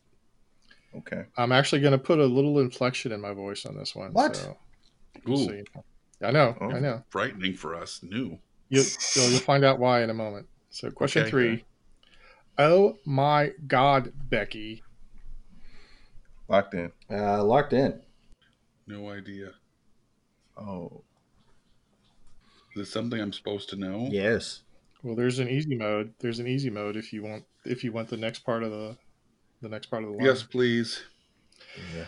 [SPEAKER 4] Okay.
[SPEAKER 2] I'm actually going to put a little inflection in my voice on this one.
[SPEAKER 1] What?
[SPEAKER 2] So,
[SPEAKER 3] ooh,
[SPEAKER 2] so you know. I know,
[SPEAKER 4] Oh.
[SPEAKER 2] I know.
[SPEAKER 3] frightening for us. New.
[SPEAKER 2] You'll, you'll, you'll find out why in a moment. So, question
[SPEAKER 3] Okay.
[SPEAKER 2] three. Oh my God, Becky.
[SPEAKER 4] Locked in.
[SPEAKER 1] Uh, locked in.
[SPEAKER 3] No idea.
[SPEAKER 4] Oh.
[SPEAKER 3] Is it something I'm supposed to know?
[SPEAKER 1] Yes.
[SPEAKER 2] Well, there's an easy mode. There's an easy mode if you want if you want the next part of the the next part of the line.
[SPEAKER 3] Yes, please.
[SPEAKER 1] Yeah.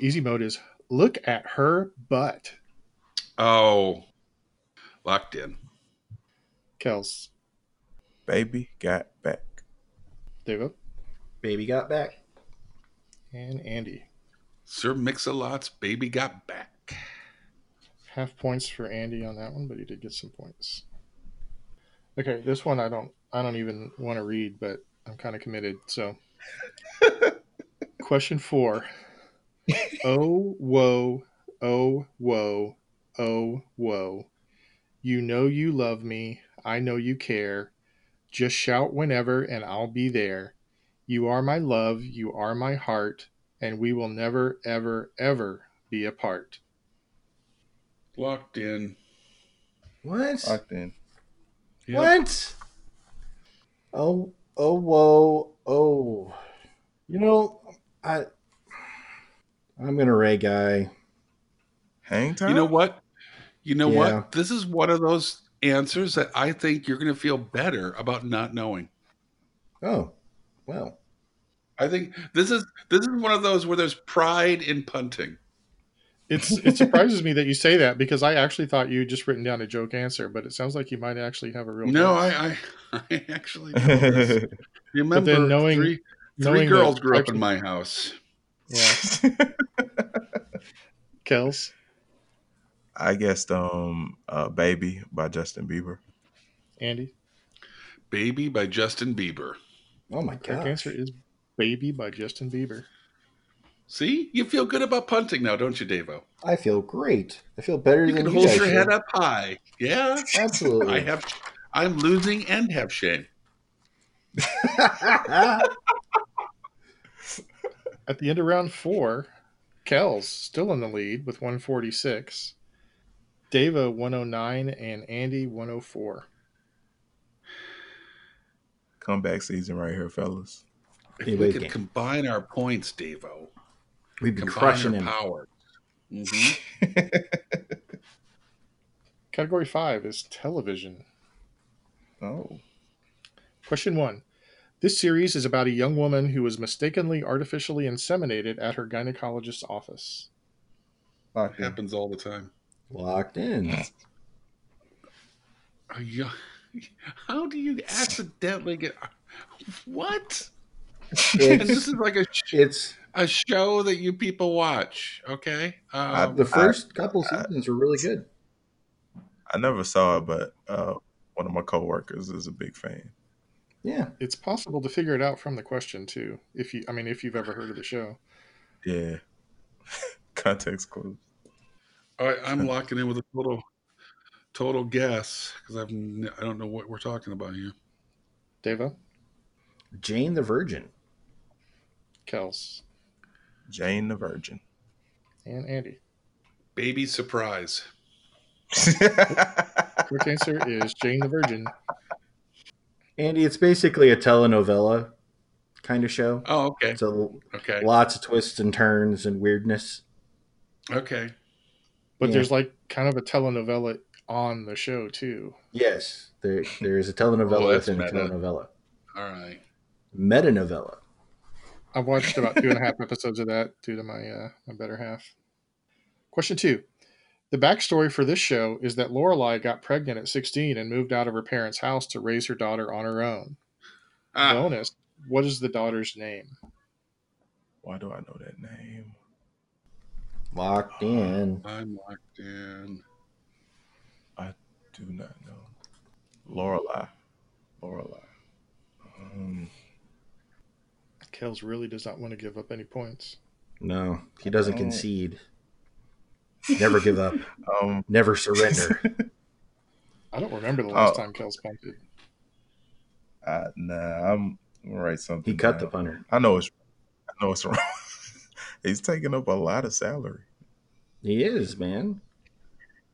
[SPEAKER 2] Easy mode is look at her butt.
[SPEAKER 3] Oh, locked in.
[SPEAKER 2] Kels,
[SPEAKER 4] Baby got back.
[SPEAKER 2] David,
[SPEAKER 1] Baby got back.
[SPEAKER 2] and Andy.
[SPEAKER 3] Sir Mix-a-Lot's baby got back.
[SPEAKER 2] Half points for Andy on that one, but he did get some points. Okay, this one I don't I don't even want to read, but I'm kind of committed. So, question four. oh whoa, oh whoa, oh whoa. You know you love me. I know you care. Just shout whenever, and I'll be there. You are my love. You are my heart, and we will never, ever, ever be apart.
[SPEAKER 3] Locked in.
[SPEAKER 1] What?
[SPEAKER 4] Locked in.
[SPEAKER 3] Yep.
[SPEAKER 1] What? Oh, oh, whoa, oh. You know, I, I'm gonna Ray guy.
[SPEAKER 4] Hang time.
[SPEAKER 3] You know what? You know
[SPEAKER 1] Yeah.
[SPEAKER 3] what? This is one of those answers that I think you're going to feel better about not knowing.
[SPEAKER 1] Oh, well,
[SPEAKER 3] I think this is this is one of those where there's pride in punting.
[SPEAKER 2] It's it surprises me that you say that because I actually thought you had just written down a joke answer, but it sounds like you might actually have a real
[SPEAKER 3] No,
[SPEAKER 2] joke.
[SPEAKER 3] I, I [LAUGHS] I actually
[SPEAKER 2] [LAUGHS]
[SPEAKER 3] know this.
[SPEAKER 4] [LAUGHS]
[SPEAKER 3] remember
[SPEAKER 2] then knowing-
[SPEAKER 3] three three
[SPEAKER 2] Knowing that
[SPEAKER 3] girls grew up in
[SPEAKER 2] actually-
[SPEAKER 3] my house.
[SPEAKER 2] yeah. Kels,
[SPEAKER 4] [LAUGHS] I guessed um uh Baby by Justin Bieber.
[SPEAKER 2] Andy.
[SPEAKER 3] Baby by Justin Bieber.
[SPEAKER 1] oh my
[SPEAKER 2] The correct
[SPEAKER 1] god.
[SPEAKER 2] answer is "Baby" by Justin Bieber.
[SPEAKER 3] See, you feel good about punting now, don't you, Davo?
[SPEAKER 1] I feel great. I feel better
[SPEAKER 3] You
[SPEAKER 1] than you
[SPEAKER 3] can hold
[SPEAKER 1] guys
[SPEAKER 3] your
[SPEAKER 1] do.
[SPEAKER 3] head up high. Yeah,
[SPEAKER 1] Absolutely.
[SPEAKER 3] [LAUGHS] I have. I'm losing and have shame.
[SPEAKER 2] At the end of round four, Kels still in the lead with 146, Deva 109, and Andy 104.
[SPEAKER 4] Comeback season right here, fellas.
[SPEAKER 3] If
[SPEAKER 1] Hey,
[SPEAKER 3] we
[SPEAKER 1] wait
[SPEAKER 3] could
[SPEAKER 1] again.
[SPEAKER 3] combine our points, Davo,
[SPEAKER 1] [LAUGHS] We've been
[SPEAKER 3] combine
[SPEAKER 1] crushing
[SPEAKER 3] our
[SPEAKER 1] him.
[SPEAKER 3] power. Mhm.
[SPEAKER 2] Category five is television.
[SPEAKER 4] [LAUGHS] Oh.
[SPEAKER 2] Question one. This series is about a young woman who was mistakenly artificially inseminated at her gynecologist's office.
[SPEAKER 4] Locked in.
[SPEAKER 3] Happens all the time.
[SPEAKER 1] Locked
[SPEAKER 3] [LAUGHS]
[SPEAKER 1] in.
[SPEAKER 3] Are you, how do you accidentally get what? And this
[SPEAKER 1] It's,
[SPEAKER 3] is like a sh-
[SPEAKER 1] it's
[SPEAKER 3] a show that you people watch. Okay, um,
[SPEAKER 1] the first couple seasons were really good.
[SPEAKER 4] I never saw it, but uh one of my coworkers is a big fan.
[SPEAKER 1] Yeah.
[SPEAKER 2] It's possible to figure it out from the question too, if you I mean if you've ever heard of the show.
[SPEAKER 4] Yeah. [LAUGHS] Context clues.
[SPEAKER 3] all right, I'm locking in with a total total guess because I've n- I don't know what we're talking about here.
[SPEAKER 2] Deva,
[SPEAKER 1] Jane the Virgin.
[SPEAKER 2] Kels,
[SPEAKER 4] Jane the [LAUGHS] Virgin.
[SPEAKER 2] and Andy.
[SPEAKER 3] Baby surprise.
[SPEAKER 2] Correct answer is Jane the Virgin.
[SPEAKER 1] Andy, it's basically a telenovela kind of show.
[SPEAKER 3] Oh, okay,
[SPEAKER 1] So
[SPEAKER 3] okay,
[SPEAKER 1] lots of twists and turns and weirdness.
[SPEAKER 3] okay.
[SPEAKER 2] But
[SPEAKER 1] Yeah.
[SPEAKER 2] there's like kind of a telenovela on the show too.
[SPEAKER 1] Yes, there there is a telenovela
[SPEAKER 3] Oh, that's
[SPEAKER 1] within a
[SPEAKER 3] meta.
[SPEAKER 1] telenovela.
[SPEAKER 3] All right.
[SPEAKER 1] Meta novella.
[SPEAKER 2] I watched about two and a half episodes of that due to my uh, my better half. Question two: The backstory for this show is that Lorelai got pregnant at 16 and moved out of her parents' house to raise her daughter on her own.
[SPEAKER 3] Ah,
[SPEAKER 2] Bonus: What is the daughter's name?
[SPEAKER 4] Why do I know that name?
[SPEAKER 1] Locked in.
[SPEAKER 3] Ah, I'm locked in.
[SPEAKER 4] Do not know. Lorelai. Lorelai. Um,
[SPEAKER 2] Kells really does not want to give up any points.
[SPEAKER 1] No, he doesn't
[SPEAKER 4] Oh.
[SPEAKER 1] concede. Never give up.
[SPEAKER 4] um
[SPEAKER 1] Never surrender.
[SPEAKER 2] I don't remember the last
[SPEAKER 4] Oh.
[SPEAKER 2] time Kells punted.
[SPEAKER 4] Uh, nah, I'm gonna write something.
[SPEAKER 1] He cut the
[SPEAKER 4] [LAUGHS] down.
[SPEAKER 1] punter.
[SPEAKER 4] I know it's. I know it's [LAUGHS] wrong. He's taking up a lot of salary.
[SPEAKER 1] He is man.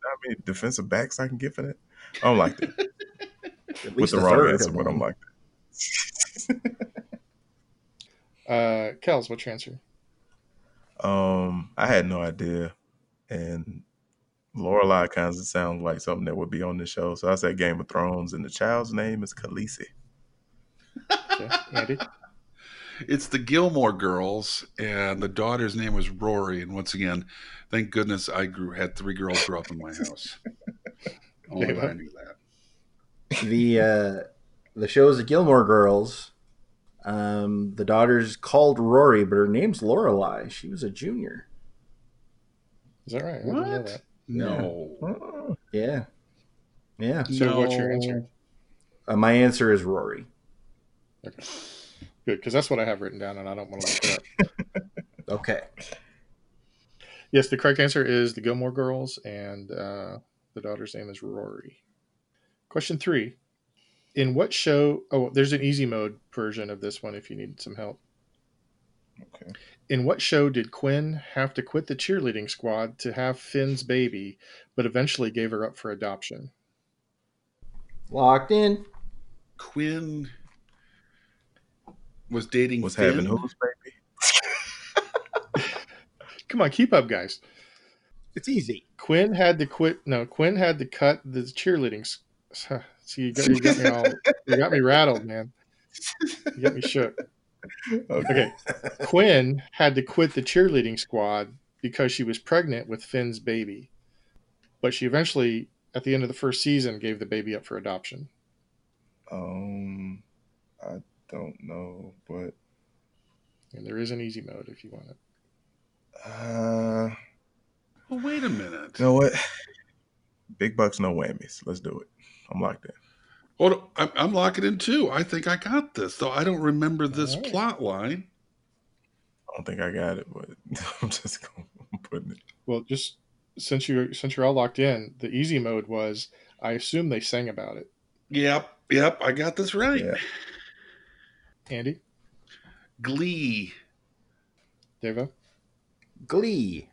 [SPEAKER 4] How many defensive backs I can get for that? I
[SPEAKER 1] [LAUGHS]
[SPEAKER 4] don't like that.
[SPEAKER 1] At
[SPEAKER 4] With
[SPEAKER 1] least
[SPEAKER 4] the
[SPEAKER 1] a
[SPEAKER 4] wrong
[SPEAKER 1] third
[SPEAKER 4] answer,
[SPEAKER 1] of
[SPEAKER 4] but
[SPEAKER 1] them.
[SPEAKER 4] I'm like,
[SPEAKER 2] Uh, Kells, what's your answer?
[SPEAKER 4] um, I had no idea, and Lorelai kinds of sounds like something that would be on the show. So I said Game of Thrones, and the child's name is Khaleesi.
[SPEAKER 2] Okay, Andy.
[SPEAKER 3] It's the Gilmore Girls, and the daughter's name was Rory. And once again, thank goodness I grew had three girls grew up in my
[SPEAKER 4] [LAUGHS]
[SPEAKER 3] house. Only I knew that.
[SPEAKER 1] the uh, the show is the Gilmore Girls. Um, the daughter's called Rory, but her name's Lorelai. She was a junior.
[SPEAKER 2] Is that right? I didn't know
[SPEAKER 3] What?
[SPEAKER 2] that.
[SPEAKER 3] No.
[SPEAKER 4] Oh,
[SPEAKER 1] Yeah, yeah.
[SPEAKER 2] So what's your answer?
[SPEAKER 1] Uh, my answer is Rory.
[SPEAKER 2] Good, because that's what I have written down, and I don't want to look it up.
[SPEAKER 1] Okay.
[SPEAKER 2] Yes, the correct answer is the Gilmore Girls, and uh, the daughter's name is Rory. Question three: In what show? Oh, there's an easy mode version of this one if you need some help.
[SPEAKER 4] okay.
[SPEAKER 2] In what show did Quinn have to quit the cheerleading squad to have Finn's baby, but eventually gave her up for adoption?
[SPEAKER 1] Locked in.
[SPEAKER 3] Quinn was dating
[SPEAKER 4] Was
[SPEAKER 3] Finn?
[SPEAKER 4] having who's baby?
[SPEAKER 2] Come on, keep up, guys.
[SPEAKER 1] It's easy.
[SPEAKER 2] Quinn had to quit. No, Quinn had to cut the cheerleading. s- See, you got, you got me all. You got me rattled, man. You got me shook. Okay, Quinn had to quit the cheerleading squad because she was pregnant with Finn's baby, but she eventually, at the end of the first season, gave the baby up for adoption.
[SPEAKER 4] Um, I don't know, but
[SPEAKER 2] And there is an easy mode if you want it.
[SPEAKER 4] uh, you
[SPEAKER 3] Well, Oh, wait a minute.
[SPEAKER 4] know what? Big bucks, no whammies. Let's do it. I'm locked in.
[SPEAKER 3] Hold on. I'm, I'm locking in too. I think I got this, though I don't remember this
[SPEAKER 2] All right.
[SPEAKER 3] plot line.
[SPEAKER 4] I don't think I got it, but [LAUGHS] I'm just gonna I'm putting it.
[SPEAKER 2] Well, just since you since you're all locked in, the easy mode was. I assume they sang about it.
[SPEAKER 3] Yep. Yep. I got this right.
[SPEAKER 4] Yeah.
[SPEAKER 2] Andy,
[SPEAKER 3] Glee.
[SPEAKER 2] Deva,
[SPEAKER 1] Glee.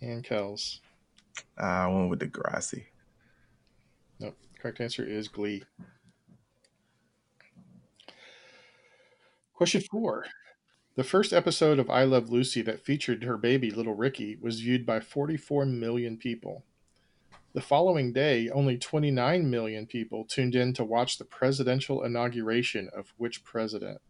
[SPEAKER 2] and Kells.
[SPEAKER 4] I went with Degrassi.
[SPEAKER 2] Nope. Correct answer is Glee. Question four. The first episode of I Love Lucy that featured her baby, little Ricky, was viewed by 44 million people. The following day, only 29 million people tuned in to watch the presidential inauguration of which president?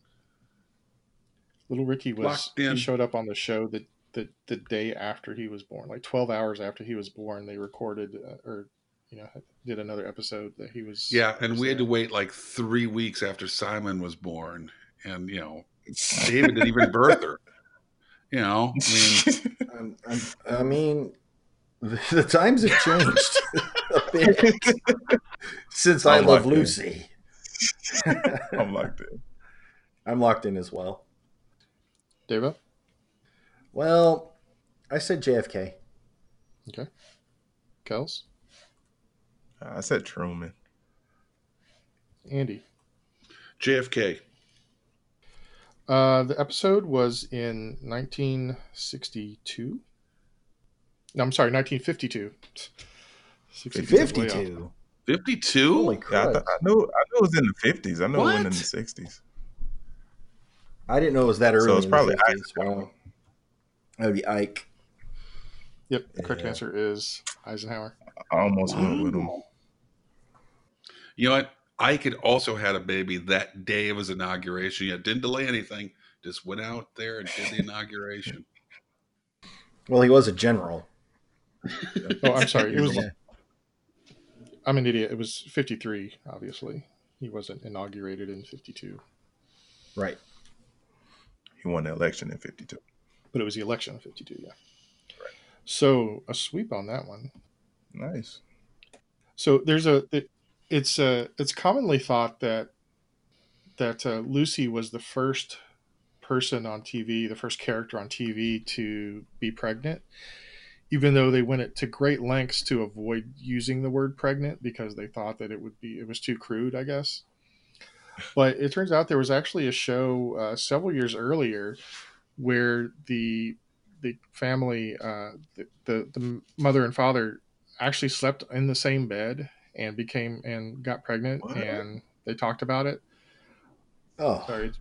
[SPEAKER 2] Little Ricky was
[SPEAKER 3] Locked in.
[SPEAKER 2] he showed up on the show the, the, the day after he was born, like 12 hours after he was born. They recorded uh, or you know did another episode that he was
[SPEAKER 3] Yeah. And
[SPEAKER 2] was
[SPEAKER 3] we had to
[SPEAKER 2] there.
[SPEAKER 3] wait like three weeks after Simon was born. And, you know, David didn't even birth her. You know, I mean,
[SPEAKER 1] [LAUGHS] Um, um, I mean, [LAUGHS] the, the times have changed [LAUGHS] a bit [LAUGHS] since I
[SPEAKER 4] I'm
[SPEAKER 1] love
[SPEAKER 4] locked in.
[SPEAKER 1] Lucy.
[SPEAKER 4] I'm locked in.
[SPEAKER 1] I'm locked in as well.
[SPEAKER 2] Deva?
[SPEAKER 1] Well, I said JFK.
[SPEAKER 2] Kels,
[SPEAKER 4] I said Truman.
[SPEAKER 2] Andy.
[SPEAKER 3] JFK.
[SPEAKER 2] Uh, the episode was in 1962. No, I'm sorry, 1952. 62 is way off.
[SPEAKER 1] 52.
[SPEAKER 3] 52?
[SPEAKER 1] Holy
[SPEAKER 4] Yeah, I,
[SPEAKER 1] crap.
[SPEAKER 4] th- I knew. I knew it was in the fifties. I know it went in
[SPEAKER 3] What?
[SPEAKER 4] the sixties.
[SPEAKER 1] I didn't know it was that early.
[SPEAKER 4] So it's
[SPEAKER 1] in the
[SPEAKER 4] probably
[SPEAKER 1] 50s. Wow. That would be Ike.
[SPEAKER 2] Yep, the correct
[SPEAKER 4] Yeah.
[SPEAKER 2] answer is Eisenhower.
[SPEAKER 4] I almost went with him.
[SPEAKER 3] Wow. You know what? I could also had a baby that day of his inauguration. Yeah, didn't delay anything. Just went out there and did
[SPEAKER 1] [LAUGHS]
[SPEAKER 3] the inauguration.
[SPEAKER 1] Well, he was a general.
[SPEAKER 2] Oh, I'm sorry. It was.
[SPEAKER 1] Yeah.
[SPEAKER 2] I'm an idiot. It was 53. Obviously, he wasn't inaugurated in 52,
[SPEAKER 1] Right.
[SPEAKER 4] He won the election in '52.
[SPEAKER 2] but it was the election of 52. Yeah. So a sweep on that one.
[SPEAKER 4] Nice.
[SPEAKER 2] So there's a it, it's a it's commonly thought that that uh, Lucy was the first person on TV, the first character on TV to be pregnant, even though they went to great lengths to avoid using the word pregnant because they thought that it would be it was too crude, I guess. But it turns out there was actually a show uh, several years earlier where the the family, uh, the, the the mother and father, actually slept in the same bed and became and got pregnant,
[SPEAKER 4] What?
[SPEAKER 2] and they talked about it.
[SPEAKER 1] Oh,
[SPEAKER 2] Sorry,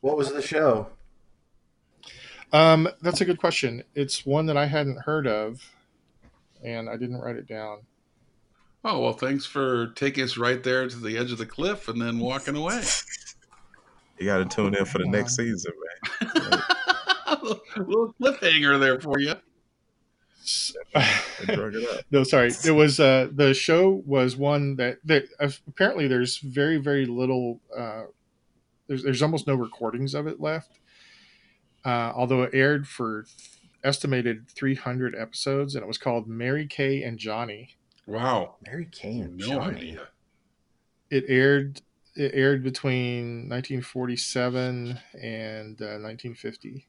[SPEAKER 1] what was the show?
[SPEAKER 2] Um, that's a good question. It's one that I hadn't heard of, and I didn't write it down. [LAUGHS]
[SPEAKER 3] Oh well, thanks for taking us right there to the edge of the cliff and then walking
[SPEAKER 1] [LAUGHS]
[SPEAKER 3] away. [LAUGHS]
[SPEAKER 4] You got to tune in for the next season, man.
[SPEAKER 3] little cliffhanger there for you.
[SPEAKER 2] S-
[SPEAKER 4] They drug it [LAUGHS] up.
[SPEAKER 2] no, sorry. It was uh, the show was one that that uh, apparently there's very very little. Uh, there's there's almost no recordings of it left. Uh, although it aired for th- estimated 300 episodes, and it was called Mary Kay and Johnny.
[SPEAKER 3] Wow,
[SPEAKER 1] Mary Kay and
[SPEAKER 3] no
[SPEAKER 1] Johnny.
[SPEAKER 3] idea.
[SPEAKER 2] it aired it aired between 1947 and uh, 1950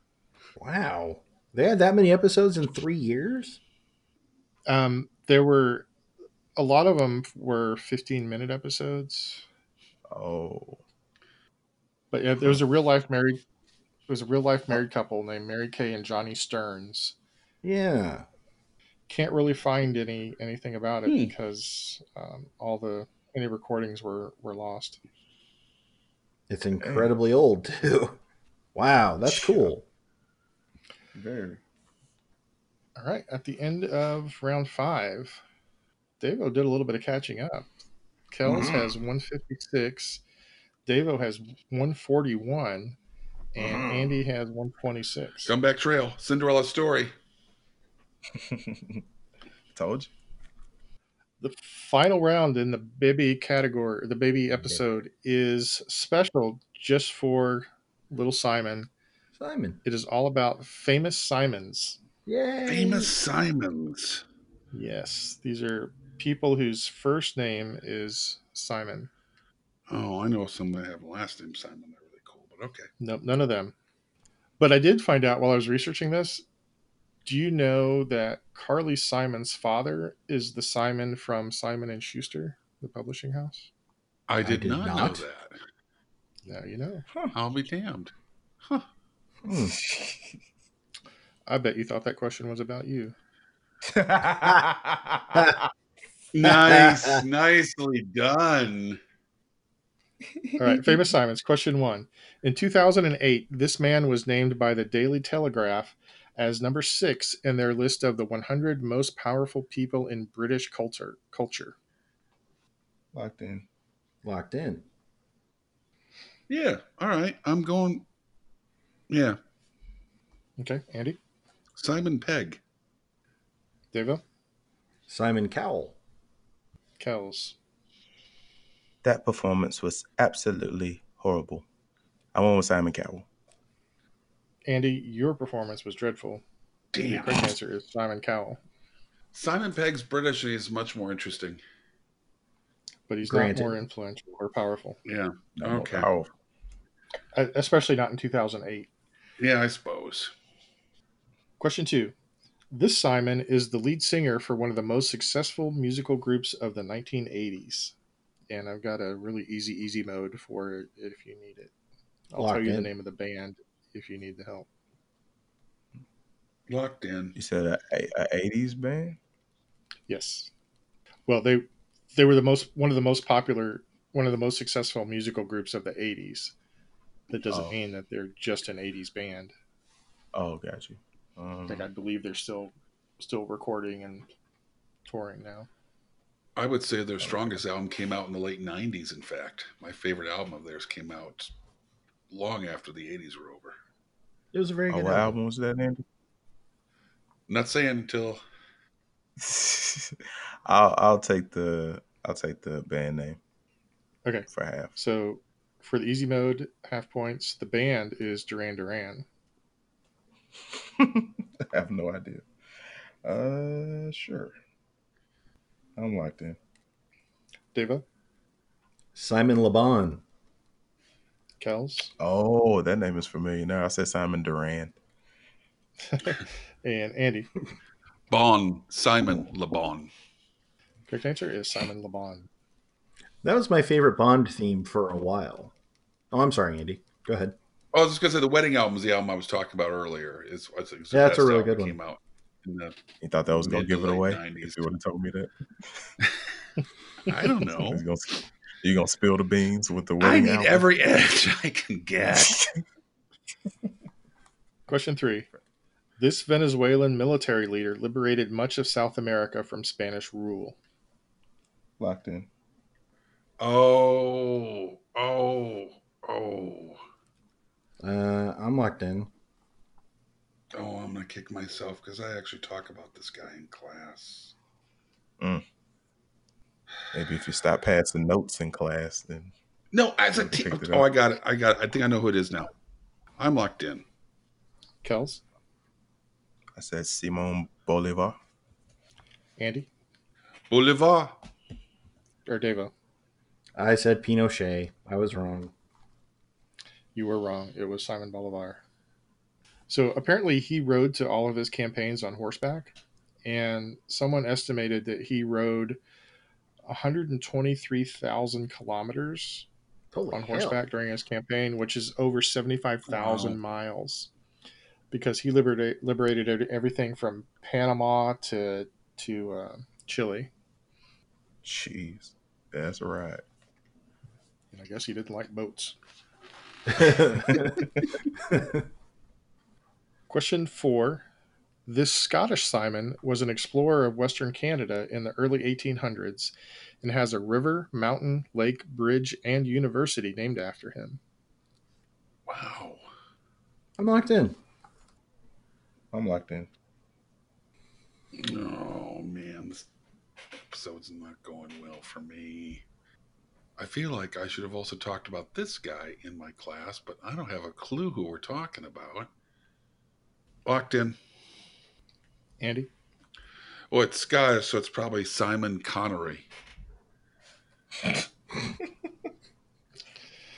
[SPEAKER 1] Wow, they had that many episodes in three years.
[SPEAKER 2] um there were a lot of them were 15 minute episodes
[SPEAKER 4] Oh,
[SPEAKER 2] but yeah there was a real life married there was a real life married couple named mary kay and johnny stearns
[SPEAKER 1] Yeah,
[SPEAKER 2] can't really find any anything about it
[SPEAKER 3] Hmm.
[SPEAKER 2] because um, all the any recordings were were lost
[SPEAKER 1] it's incredibly old [LAUGHS] too. Wow, that's cool.
[SPEAKER 4] very.
[SPEAKER 2] all right at the end of round five Davo did a little bit of catching up. Kells
[SPEAKER 3] Mhm.
[SPEAKER 2] has 156, Davo has 141, and
[SPEAKER 3] Mhm.
[SPEAKER 2] Andy has 126.
[SPEAKER 3] Comeback Trail, Cinderella story.
[SPEAKER 4] [LAUGHS] Told you.
[SPEAKER 2] The final round in the baby category, the baby episode, is special just for little Simon.
[SPEAKER 1] Simon,
[SPEAKER 2] It is all about famous Simons.
[SPEAKER 1] yeah,
[SPEAKER 3] Famous Simons.
[SPEAKER 2] Yes, these are people whose first name is Simon.
[SPEAKER 3] Oh, I know some that have last name Simon. They're really cool, but okay.
[SPEAKER 2] Nope, none of them. But I did find out while I was researching this. Do you know that Carly Simon's father is the Simon from Simon and Schuster, the publishing house?
[SPEAKER 3] I did,
[SPEAKER 1] did
[SPEAKER 3] not,
[SPEAKER 1] not.
[SPEAKER 3] know that.
[SPEAKER 2] Now you know.
[SPEAKER 3] I'll be damned.
[SPEAKER 1] Hmm.
[SPEAKER 2] [LAUGHS] I bet you thought that question was about you.
[SPEAKER 1] [LAUGHS]
[SPEAKER 3] Nice, nicely done.
[SPEAKER 2] All right, famous Simons. Question one. In 2008, this man was named by the Daily Telegraph as number six in their list of the 100 most powerful people in British culture. Culture.
[SPEAKER 4] Locked in.
[SPEAKER 1] locked in.
[SPEAKER 3] Yeah. All right. I'm going. Yeah.
[SPEAKER 2] Okay, Andy,
[SPEAKER 3] Simon Pegg.
[SPEAKER 2] Davo,
[SPEAKER 1] Simon Cowell.
[SPEAKER 2] Kells.
[SPEAKER 4] That performance was absolutely horrible. I went with Simon Cowell.
[SPEAKER 2] Andy, your performance was dreadful. The
[SPEAKER 3] Damn.
[SPEAKER 2] correct answer is Simon Cowell,
[SPEAKER 3] Simon Pegg's British and he's much more interesting.
[SPEAKER 2] but he's
[SPEAKER 1] Granted.
[SPEAKER 2] not more influential or powerful,
[SPEAKER 3] Yeah.
[SPEAKER 4] No more
[SPEAKER 3] Okay.
[SPEAKER 4] powerful.
[SPEAKER 2] e- especially not in 2008.
[SPEAKER 3] Yeah, I suppose.
[SPEAKER 2] Question two. This Simon is the lead singer for one of the most successful musical groups of the 1980s. And I've got a really easy, easy mode for it if you need it. I'll
[SPEAKER 1] Locked
[SPEAKER 2] tell you the
[SPEAKER 1] in.
[SPEAKER 2] name of the band if you need the help.
[SPEAKER 3] Locked in.
[SPEAKER 4] You said a, a, a 80s band?
[SPEAKER 2] Yes. Well, they they were the most one of the most popular, one of the most successful musical groups of the 80s. That doesn't
[SPEAKER 4] Oh.
[SPEAKER 2] mean that they're just an 80s band.
[SPEAKER 4] Oh, got you. Um,
[SPEAKER 2] Like I believe they're still still recording and touring now.
[SPEAKER 3] I would say their strongest album came out in the late 90s, in fact. My favorite album of theirs came out long after the 80s were over.
[SPEAKER 1] It was a very
[SPEAKER 4] oh,
[SPEAKER 1] good
[SPEAKER 4] what
[SPEAKER 1] album.
[SPEAKER 4] album was that, Andy? [LAUGHS]
[SPEAKER 3] not saying until
[SPEAKER 4] I'll I'll take the I'll take the band name
[SPEAKER 2] Okay,
[SPEAKER 4] for half. [LAUGHS]
[SPEAKER 2] so for the easy mode, half points. The band is Duran Duran.
[SPEAKER 4] I have no idea. Uh, sure. I'm locked in.
[SPEAKER 2] Deva,
[SPEAKER 1] Simon LeBon.
[SPEAKER 2] Kells,
[SPEAKER 4] Oh, that name is familiar. Now I said Simon Duran.
[SPEAKER 2] and Andy.
[SPEAKER 3] Bon, Simon Le Bon.
[SPEAKER 2] Correct answer is Simon Le Bon.
[SPEAKER 1] That was my favorite Bond theme for a while. Oh, I'm sorry, Andy. Go ahead.
[SPEAKER 3] Oh, I was just gonna say the wedding album is the album I was talking about earlier. Is it's the
[SPEAKER 1] Yeah, that's a
[SPEAKER 3] best
[SPEAKER 1] really
[SPEAKER 3] album
[SPEAKER 1] good
[SPEAKER 3] that Came out in the,
[SPEAKER 4] He thought that was gonna
[SPEAKER 3] Mid
[SPEAKER 4] give
[SPEAKER 3] to
[SPEAKER 4] it
[SPEAKER 3] late
[SPEAKER 4] away.
[SPEAKER 3] 90s.
[SPEAKER 4] If you would have told me that,
[SPEAKER 3] I
[SPEAKER 4] [LAUGHS]
[SPEAKER 3] don't know.
[SPEAKER 4] He's gonna, you gonna spill the beans with the
[SPEAKER 3] I
[SPEAKER 4] wedding
[SPEAKER 3] need
[SPEAKER 4] album?
[SPEAKER 3] every [LAUGHS] edge I can get.
[SPEAKER 2] Question three. This Venezuelan military leader liberated much of South America from Spanish rule.
[SPEAKER 4] Locked in.
[SPEAKER 3] Oh, oh, oh,
[SPEAKER 1] Uh, I'm locked in.
[SPEAKER 3] oh! I'm gonna kick myself because I actually talk about this guy in class.
[SPEAKER 4] Maybe if you stop passing notes in class, then
[SPEAKER 3] No, as a
[SPEAKER 4] Picked
[SPEAKER 3] team.
[SPEAKER 4] it
[SPEAKER 3] Oh,
[SPEAKER 4] up.
[SPEAKER 3] I got it. I got it. I think I know who it is now. I'm locked in.
[SPEAKER 2] Kels,
[SPEAKER 4] I said Simon Bolivar.
[SPEAKER 2] Andy,
[SPEAKER 3] Bolivar.
[SPEAKER 2] or Devo.
[SPEAKER 1] I said Pinochet. I was wrong.
[SPEAKER 2] You were wrong. It was Simon Bolivar. So apparently, he rode to all of his campaigns on horseback, and someone estimated that he rode 123,000 kilometers
[SPEAKER 1] Holy
[SPEAKER 2] on
[SPEAKER 1] hell.
[SPEAKER 2] horseback during his campaign, which is over 75,000
[SPEAKER 3] Wow.
[SPEAKER 2] miles, because he liberated liberated everything from Panama to to uh, Chile.
[SPEAKER 4] Jeez, that's right.
[SPEAKER 2] And I guess he didn't like boats. Question four. This Scottish Simon was an explorer of Western Canada in the early 1800s and has a river, mountain, lake, bridge, and university named after him.
[SPEAKER 3] Wow.
[SPEAKER 1] I'm locked in.
[SPEAKER 4] [LAUGHS] I'm locked in.
[SPEAKER 3] Oh man, this episode's not going well for me. I feel like I should have also talked about this guy in my class, but I don't have a clue who we're talking about. Locked in.
[SPEAKER 2] Andy,
[SPEAKER 3] Well, it's Scottish, so it's probably Simon Connery. [LAUGHS]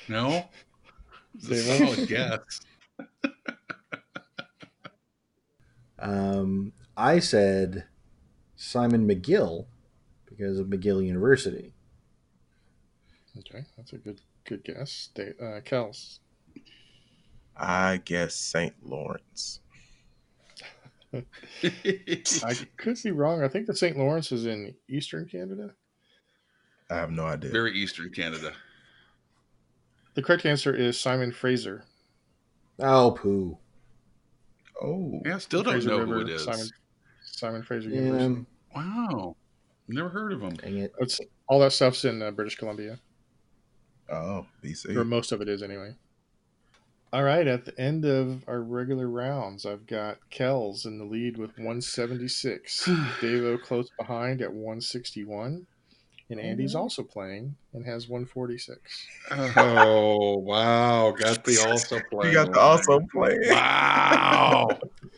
[SPEAKER 3] no? It's a
[SPEAKER 2] Dave?
[SPEAKER 3] solid guess.
[SPEAKER 1] Um, I said Simon McGill because of McGill University.
[SPEAKER 2] Okay, that's a good good guess. Da- uh, Kels,
[SPEAKER 4] I guess Saint Lawrence.
[SPEAKER 2] [LAUGHS] I could be wrong. I think the St. Lawrence is in eastern Canada.
[SPEAKER 4] I have no idea.
[SPEAKER 3] Very Eastern Canada.
[SPEAKER 2] The correct answer is Simon Fraser.
[SPEAKER 1] Oh, poo.
[SPEAKER 4] oh,
[SPEAKER 3] Yeah, still don't
[SPEAKER 2] Fraser
[SPEAKER 3] know
[SPEAKER 2] River,
[SPEAKER 3] who it is.
[SPEAKER 2] Simon, Simon Fraser University.
[SPEAKER 1] Damn.
[SPEAKER 3] Wow. Never heard of him.
[SPEAKER 1] Dang it.
[SPEAKER 2] It's, all that stuff's in uh, British Columbia.
[SPEAKER 4] oh, BC.
[SPEAKER 2] or most of it is anyway. All right, at the end of our regular rounds, I've got Kells in the lead with
[SPEAKER 3] [SIGHS]
[SPEAKER 2] 176, Davo close behind at 161, and Andy's also playing and has 146.
[SPEAKER 3] Oh, wow. Got the also play.
[SPEAKER 4] [LAUGHS] you got the also play.
[SPEAKER 3] Wow.
[SPEAKER 4] [LAUGHS]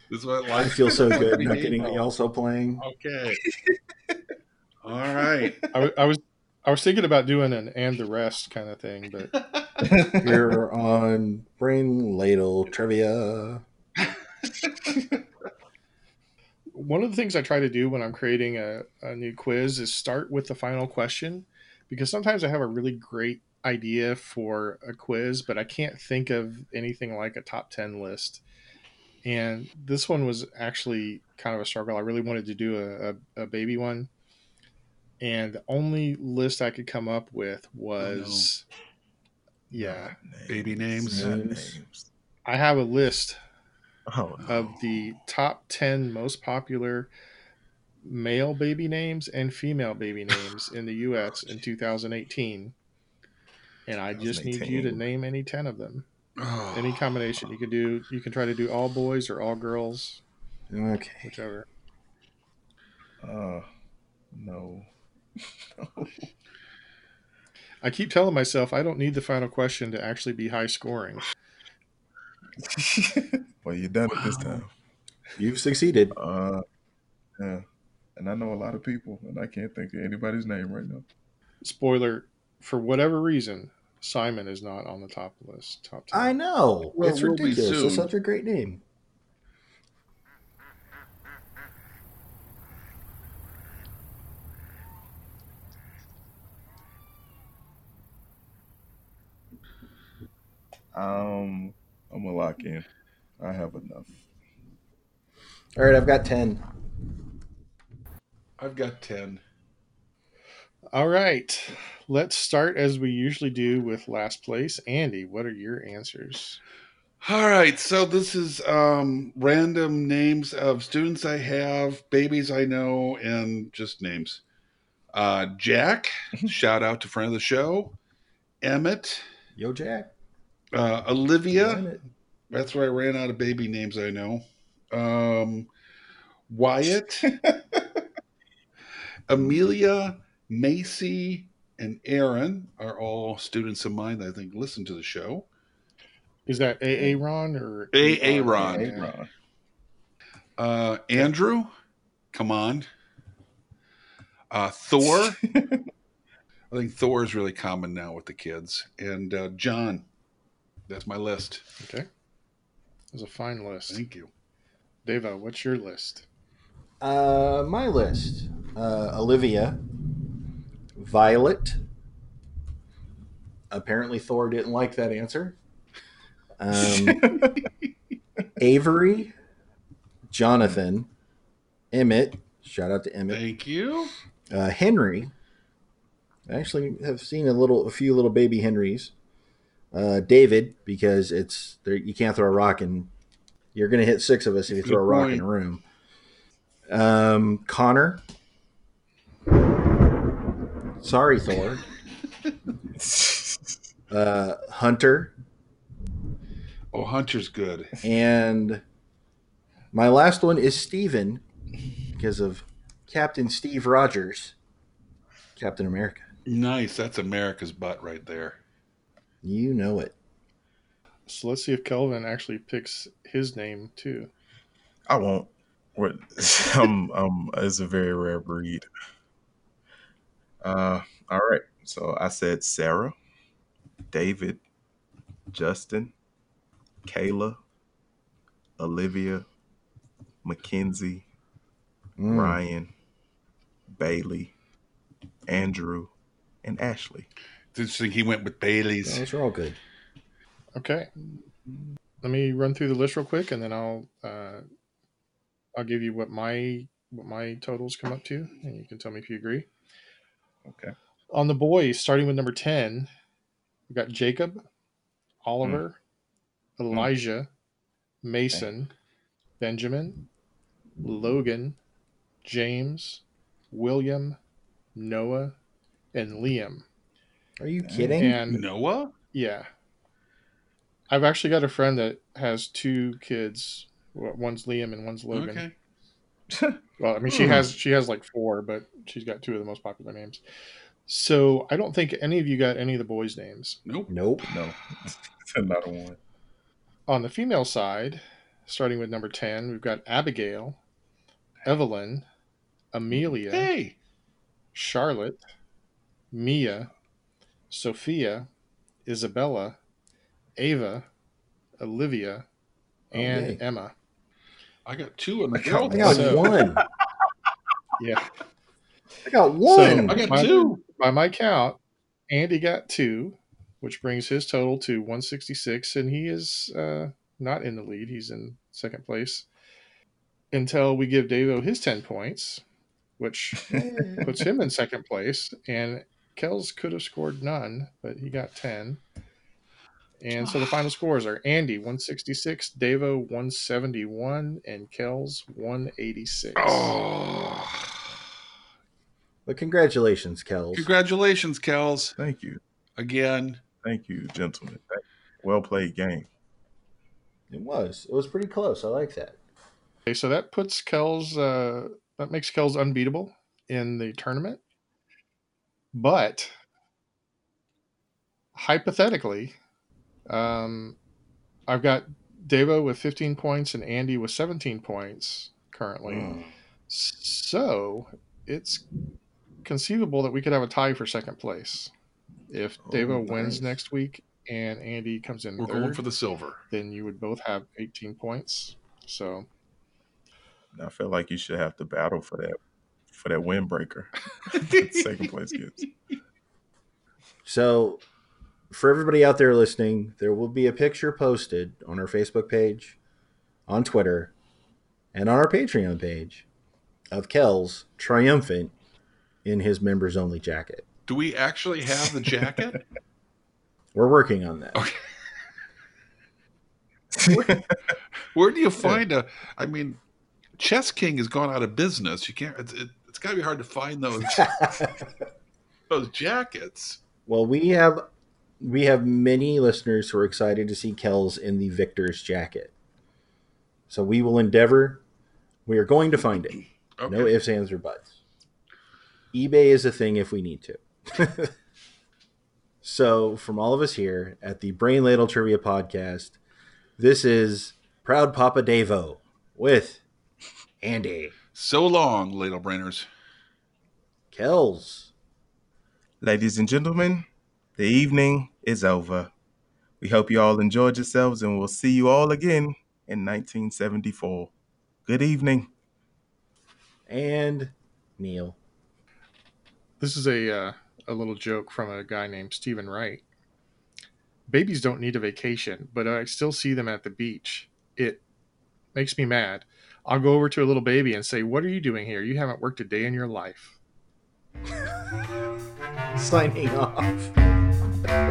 [SPEAKER 3] this is what
[SPEAKER 1] I
[SPEAKER 3] life
[SPEAKER 1] feel so
[SPEAKER 3] is
[SPEAKER 1] good
[SPEAKER 3] like.
[SPEAKER 1] not getting the also playing.
[SPEAKER 4] [LAUGHS]
[SPEAKER 3] Okay. All right.
[SPEAKER 2] I, wa- I was I was thinking about doing an and the rest kind of thing, but
[SPEAKER 1] You're on Brain Ladle Trivia.
[SPEAKER 2] one of the things I try to do when I'm creating a, a new quiz is start with the final question because sometimes I have a really great idea for a quiz, but I can't think of anything like a top 10 list. And this one was actually kind of a struggle. I really wanted to do a, a, a baby one. And the only list I could come up with was, yeah,
[SPEAKER 3] Baby names.
[SPEAKER 4] Not
[SPEAKER 1] Names.
[SPEAKER 4] names.
[SPEAKER 2] I have a list
[SPEAKER 4] Oh, no.
[SPEAKER 2] of the top 10 most popular male baby names and female baby names in the US in 2018. And I just need you to
[SPEAKER 4] 2018.
[SPEAKER 2] name any 10 of them.
[SPEAKER 3] Oh.
[SPEAKER 2] Any combination. You can do you can try to do all boys or all girls,
[SPEAKER 1] Okay.
[SPEAKER 2] whichever.
[SPEAKER 4] Oh, no.
[SPEAKER 2] I keep telling myself I don't need the final question to actually be high scoring.
[SPEAKER 4] [LAUGHS] well, you done it this time.
[SPEAKER 1] You've succeeded.
[SPEAKER 4] Uh, yeah. And I know a lot of people, and I can't think of anybody's name right now.
[SPEAKER 2] Spoiler, for whatever reason, Simon is not on the top list. Top 10.
[SPEAKER 1] I know.
[SPEAKER 3] Well,
[SPEAKER 1] it's
[SPEAKER 3] we'll be
[SPEAKER 1] ridiculous. It's
[SPEAKER 3] soon.
[SPEAKER 1] such a great name.
[SPEAKER 4] Um, I'm gonna lock in. I have enough.
[SPEAKER 1] All right, I've got 10.
[SPEAKER 3] I've got 10.
[SPEAKER 2] All right. Let's start as we usually do with last place. Andy, what are your answers?
[SPEAKER 3] All right, so this is um, random names of students I have, babies I know, and just names. Uh,
[SPEAKER 4] [LAUGHS]
[SPEAKER 3] Jack, shout out to friend of the show. Emmett,
[SPEAKER 1] Yo, Jack.
[SPEAKER 3] uh, Olivia.
[SPEAKER 1] Damn it.
[SPEAKER 3] That's where I ran out of baby names I know. Um, Wyatt, [LAUGHS] Amelia, Macy, and Aaron are all students of mine that I think listen to the show.
[SPEAKER 2] Is that AA Ron or E
[SPEAKER 3] AA Ron.
[SPEAKER 2] Yeah.
[SPEAKER 4] Ron.
[SPEAKER 3] Uh, Andrew, come on. Uh, Thor. I think Thor is really common now with the kids. And uh, John. That's my list.
[SPEAKER 2] Okay. That's a fine list.
[SPEAKER 3] Thank you.
[SPEAKER 2] Deva, what's your list?
[SPEAKER 1] Uh, my list uh, Olivia, Violet. Apparently, Thor didn't like that answer.
[SPEAKER 4] [LAUGHS]
[SPEAKER 1] Um, Avery, Jonathan, Emmett. Shout out to Emmett.
[SPEAKER 3] Thank you.
[SPEAKER 1] Uh, Henry. I actually have seen a little, a few little baby Henrys. Uh, David, because it's there, you can't throw a rock and you're going to hit six of us if you throw a
[SPEAKER 3] Good
[SPEAKER 1] rock
[SPEAKER 3] point.
[SPEAKER 1] in a room. Um, Connor. Sorry,
[SPEAKER 3] [LAUGHS]
[SPEAKER 1] Thor. uh, Hunter
[SPEAKER 3] Oh, Hunter's good.
[SPEAKER 1] and my last one is Steven because of Captain Steve Rogers, Captain America.
[SPEAKER 3] Nice. That's America's butt right there.
[SPEAKER 1] You know it.
[SPEAKER 2] So let's see if Kelvin actually picks his name too.
[SPEAKER 4] I won't. [LAUGHS] We're, um, um, it's a very rare breed. Uh, all right. So I said Sarah, David, Justin, Kayla, Olivia, Mackenzie,
[SPEAKER 1] Mm.
[SPEAKER 4] Ryan, Bailey, Andrew, and Ashley.
[SPEAKER 3] Just think he went with
[SPEAKER 1] Well,
[SPEAKER 2] Oh,
[SPEAKER 3] Bailey's.
[SPEAKER 1] Those are all good.
[SPEAKER 2] Okay. Let me run through the list real quick, and then I'll uh, I'll give you what my what my totals come up to, and you can tell me if you agree.
[SPEAKER 4] Okay.
[SPEAKER 2] On the boys, starting with number ten, we got Jacob, Oliver, Elijah, Mason, Benjamin, Logan, James, William, Noah, and Liam.
[SPEAKER 1] Are you kidding?
[SPEAKER 2] And
[SPEAKER 3] Noah?
[SPEAKER 2] yeah. I've actually got a friend that has two kids. Well, One's Liam and one's Logan.
[SPEAKER 3] Okay.
[SPEAKER 2] Well, I mean, she has she has like four, but she's got two of the most popular names. So I don't think any of you got any of the boys' names.
[SPEAKER 3] Nope.
[SPEAKER 1] Nope.
[SPEAKER 4] No, [LAUGHS] another one.
[SPEAKER 2] On the female side, starting with number ten, we've got Abigail, Evelyn, Amelia,
[SPEAKER 3] Hey.
[SPEAKER 2] Charlotte, Mia, Sophia, Isabella, Ava, Olivia, and
[SPEAKER 1] Okay.
[SPEAKER 2] Emma.
[SPEAKER 3] I got two on the
[SPEAKER 4] I
[SPEAKER 3] girl.
[SPEAKER 4] got-
[SPEAKER 1] I got
[SPEAKER 2] So-
[SPEAKER 1] one.
[SPEAKER 2] [LAUGHS] Yeah.
[SPEAKER 1] I got one.
[SPEAKER 3] I got
[SPEAKER 2] My-
[SPEAKER 3] two.
[SPEAKER 2] By my count, Andy got two, which brings his total to 166, and he is uh, not in the lead. He's in second place until we give Davo his 10 points, which
[SPEAKER 1] [LAUGHS]
[SPEAKER 2] puts him in second place. And Kells could have scored none, but he got 10. And so the final scores are Andy 166, Davo 171, and Kells 186.
[SPEAKER 3] Oh.
[SPEAKER 1] But congratulations, Kels.
[SPEAKER 3] Congratulations, Kels.
[SPEAKER 4] Thank you.
[SPEAKER 3] Again.
[SPEAKER 4] Thank you, gentlemen. Thank you. Well played game.
[SPEAKER 1] It was. It was pretty close. I like that.
[SPEAKER 2] Okay, so that puts Kells, uh, that makes Kells unbeatable in the tournament. But hypothetically, um, I've got Devo with 15 points and Andy with 17 points currently.
[SPEAKER 3] Hmm.
[SPEAKER 4] Mm.
[SPEAKER 2] So it's conceivable that we could have a tie for second place. If
[SPEAKER 4] Oh,
[SPEAKER 2] Devo wins
[SPEAKER 4] nice.
[SPEAKER 2] next week and Andy comes in
[SPEAKER 3] We're
[SPEAKER 2] third,
[SPEAKER 3] going for
[SPEAKER 2] [LAUGHS]
[SPEAKER 3] the silver. [LAUGHS]
[SPEAKER 2] then you would both have 18 points. So
[SPEAKER 4] I feel like you should have to battle for that for that [LAUGHS] windbreaker. second place kids.
[SPEAKER 1] So for everybody out there listening, there will be a picture posted on our Facebook page, on Twitter, and on our Patreon page of Kells triumphant in his members only jacket.
[SPEAKER 3] Do we actually have the jacket?
[SPEAKER 1] We're working on that.
[SPEAKER 3] Okay. Where do you find a? I mean, Chess King has gone out of business. You can't. It's, it, it's got to be hard to find
[SPEAKER 2] [LAUGHS]
[SPEAKER 3] those
[SPEAKER 1] [LAUGHS]
[SPEAKER 3] those jackets.
[SPEAKER 1] Well, we have we have many listeners who are excited to see Kells in the victor's jacket. So we will endeavor. We are going to find it.
[SPEAKER 3] Okay.
[SPEAKER 1] No ifs, ands, or buts. eBay is a thing if we need to. [LAUGHS] so, from all of us here at the Brain Ladle Trivia Podcast, this is Proud Papa Devo with Andy
[SPEAKER 3] so long, ladle brainers.
[SPEAKER 1] Kells.
[SPEAKER 4] Ladies and gentlemen, the evening is over. We hope you all enjoyed yourselves and we'll see you all again in 1974. Good evening.
[SPEAKER 1] and Neil.
[SPEAKER 2] This is a uh, a little joke from a guy named Stephen Wright. Babies don't need a vacation, but I still see them at the beach. It makes me mad. I'll go over to a little baby and say, "What are you doing here? You haven't worked a day in your life."
[SPEAKER 1] Signing off.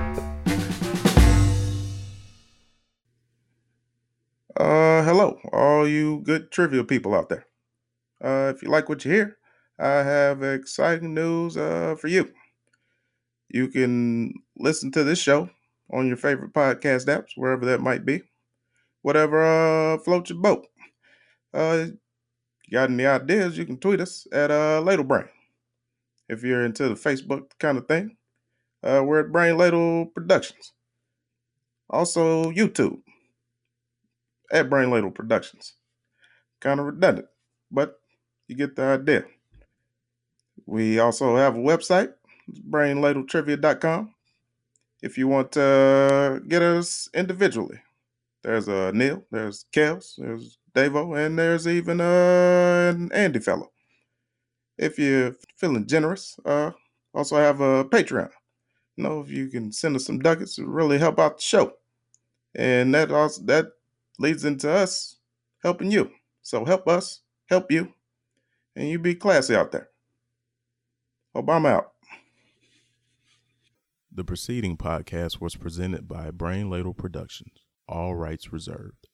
[SPEAKER 4] Uh, hello, all you good trivia people out there. Uh, if you like what you hear, I have exciting news uh, for you. You can listen to this show on your favorite podcast apps, wherever that might be, whatever uh, floats your boat. Uh, you got any ideas? You can tweet us at uh, LadleBrain. If you're into the Facebook kind of thing, uh, we're at Brain Ladle Productions. Also, YouTube at Brain Ladle Productions. Kind of redundant, but you get the idea. We also have a website, brainladletrivia.com. If you want to get us individually, there's uh, Neil, there's Kels, there's Davo, and there's even uh, an Andy fellow. If you're feeling generous, uh, also have a Patreon. You know, if you can send us some ducats, it really help out the show. And that also that leads into us helping you. So help us, help you, and you be classy out there. Obama out. The preceding podcast was presented by Brain Ladle Productions, all rights reserved.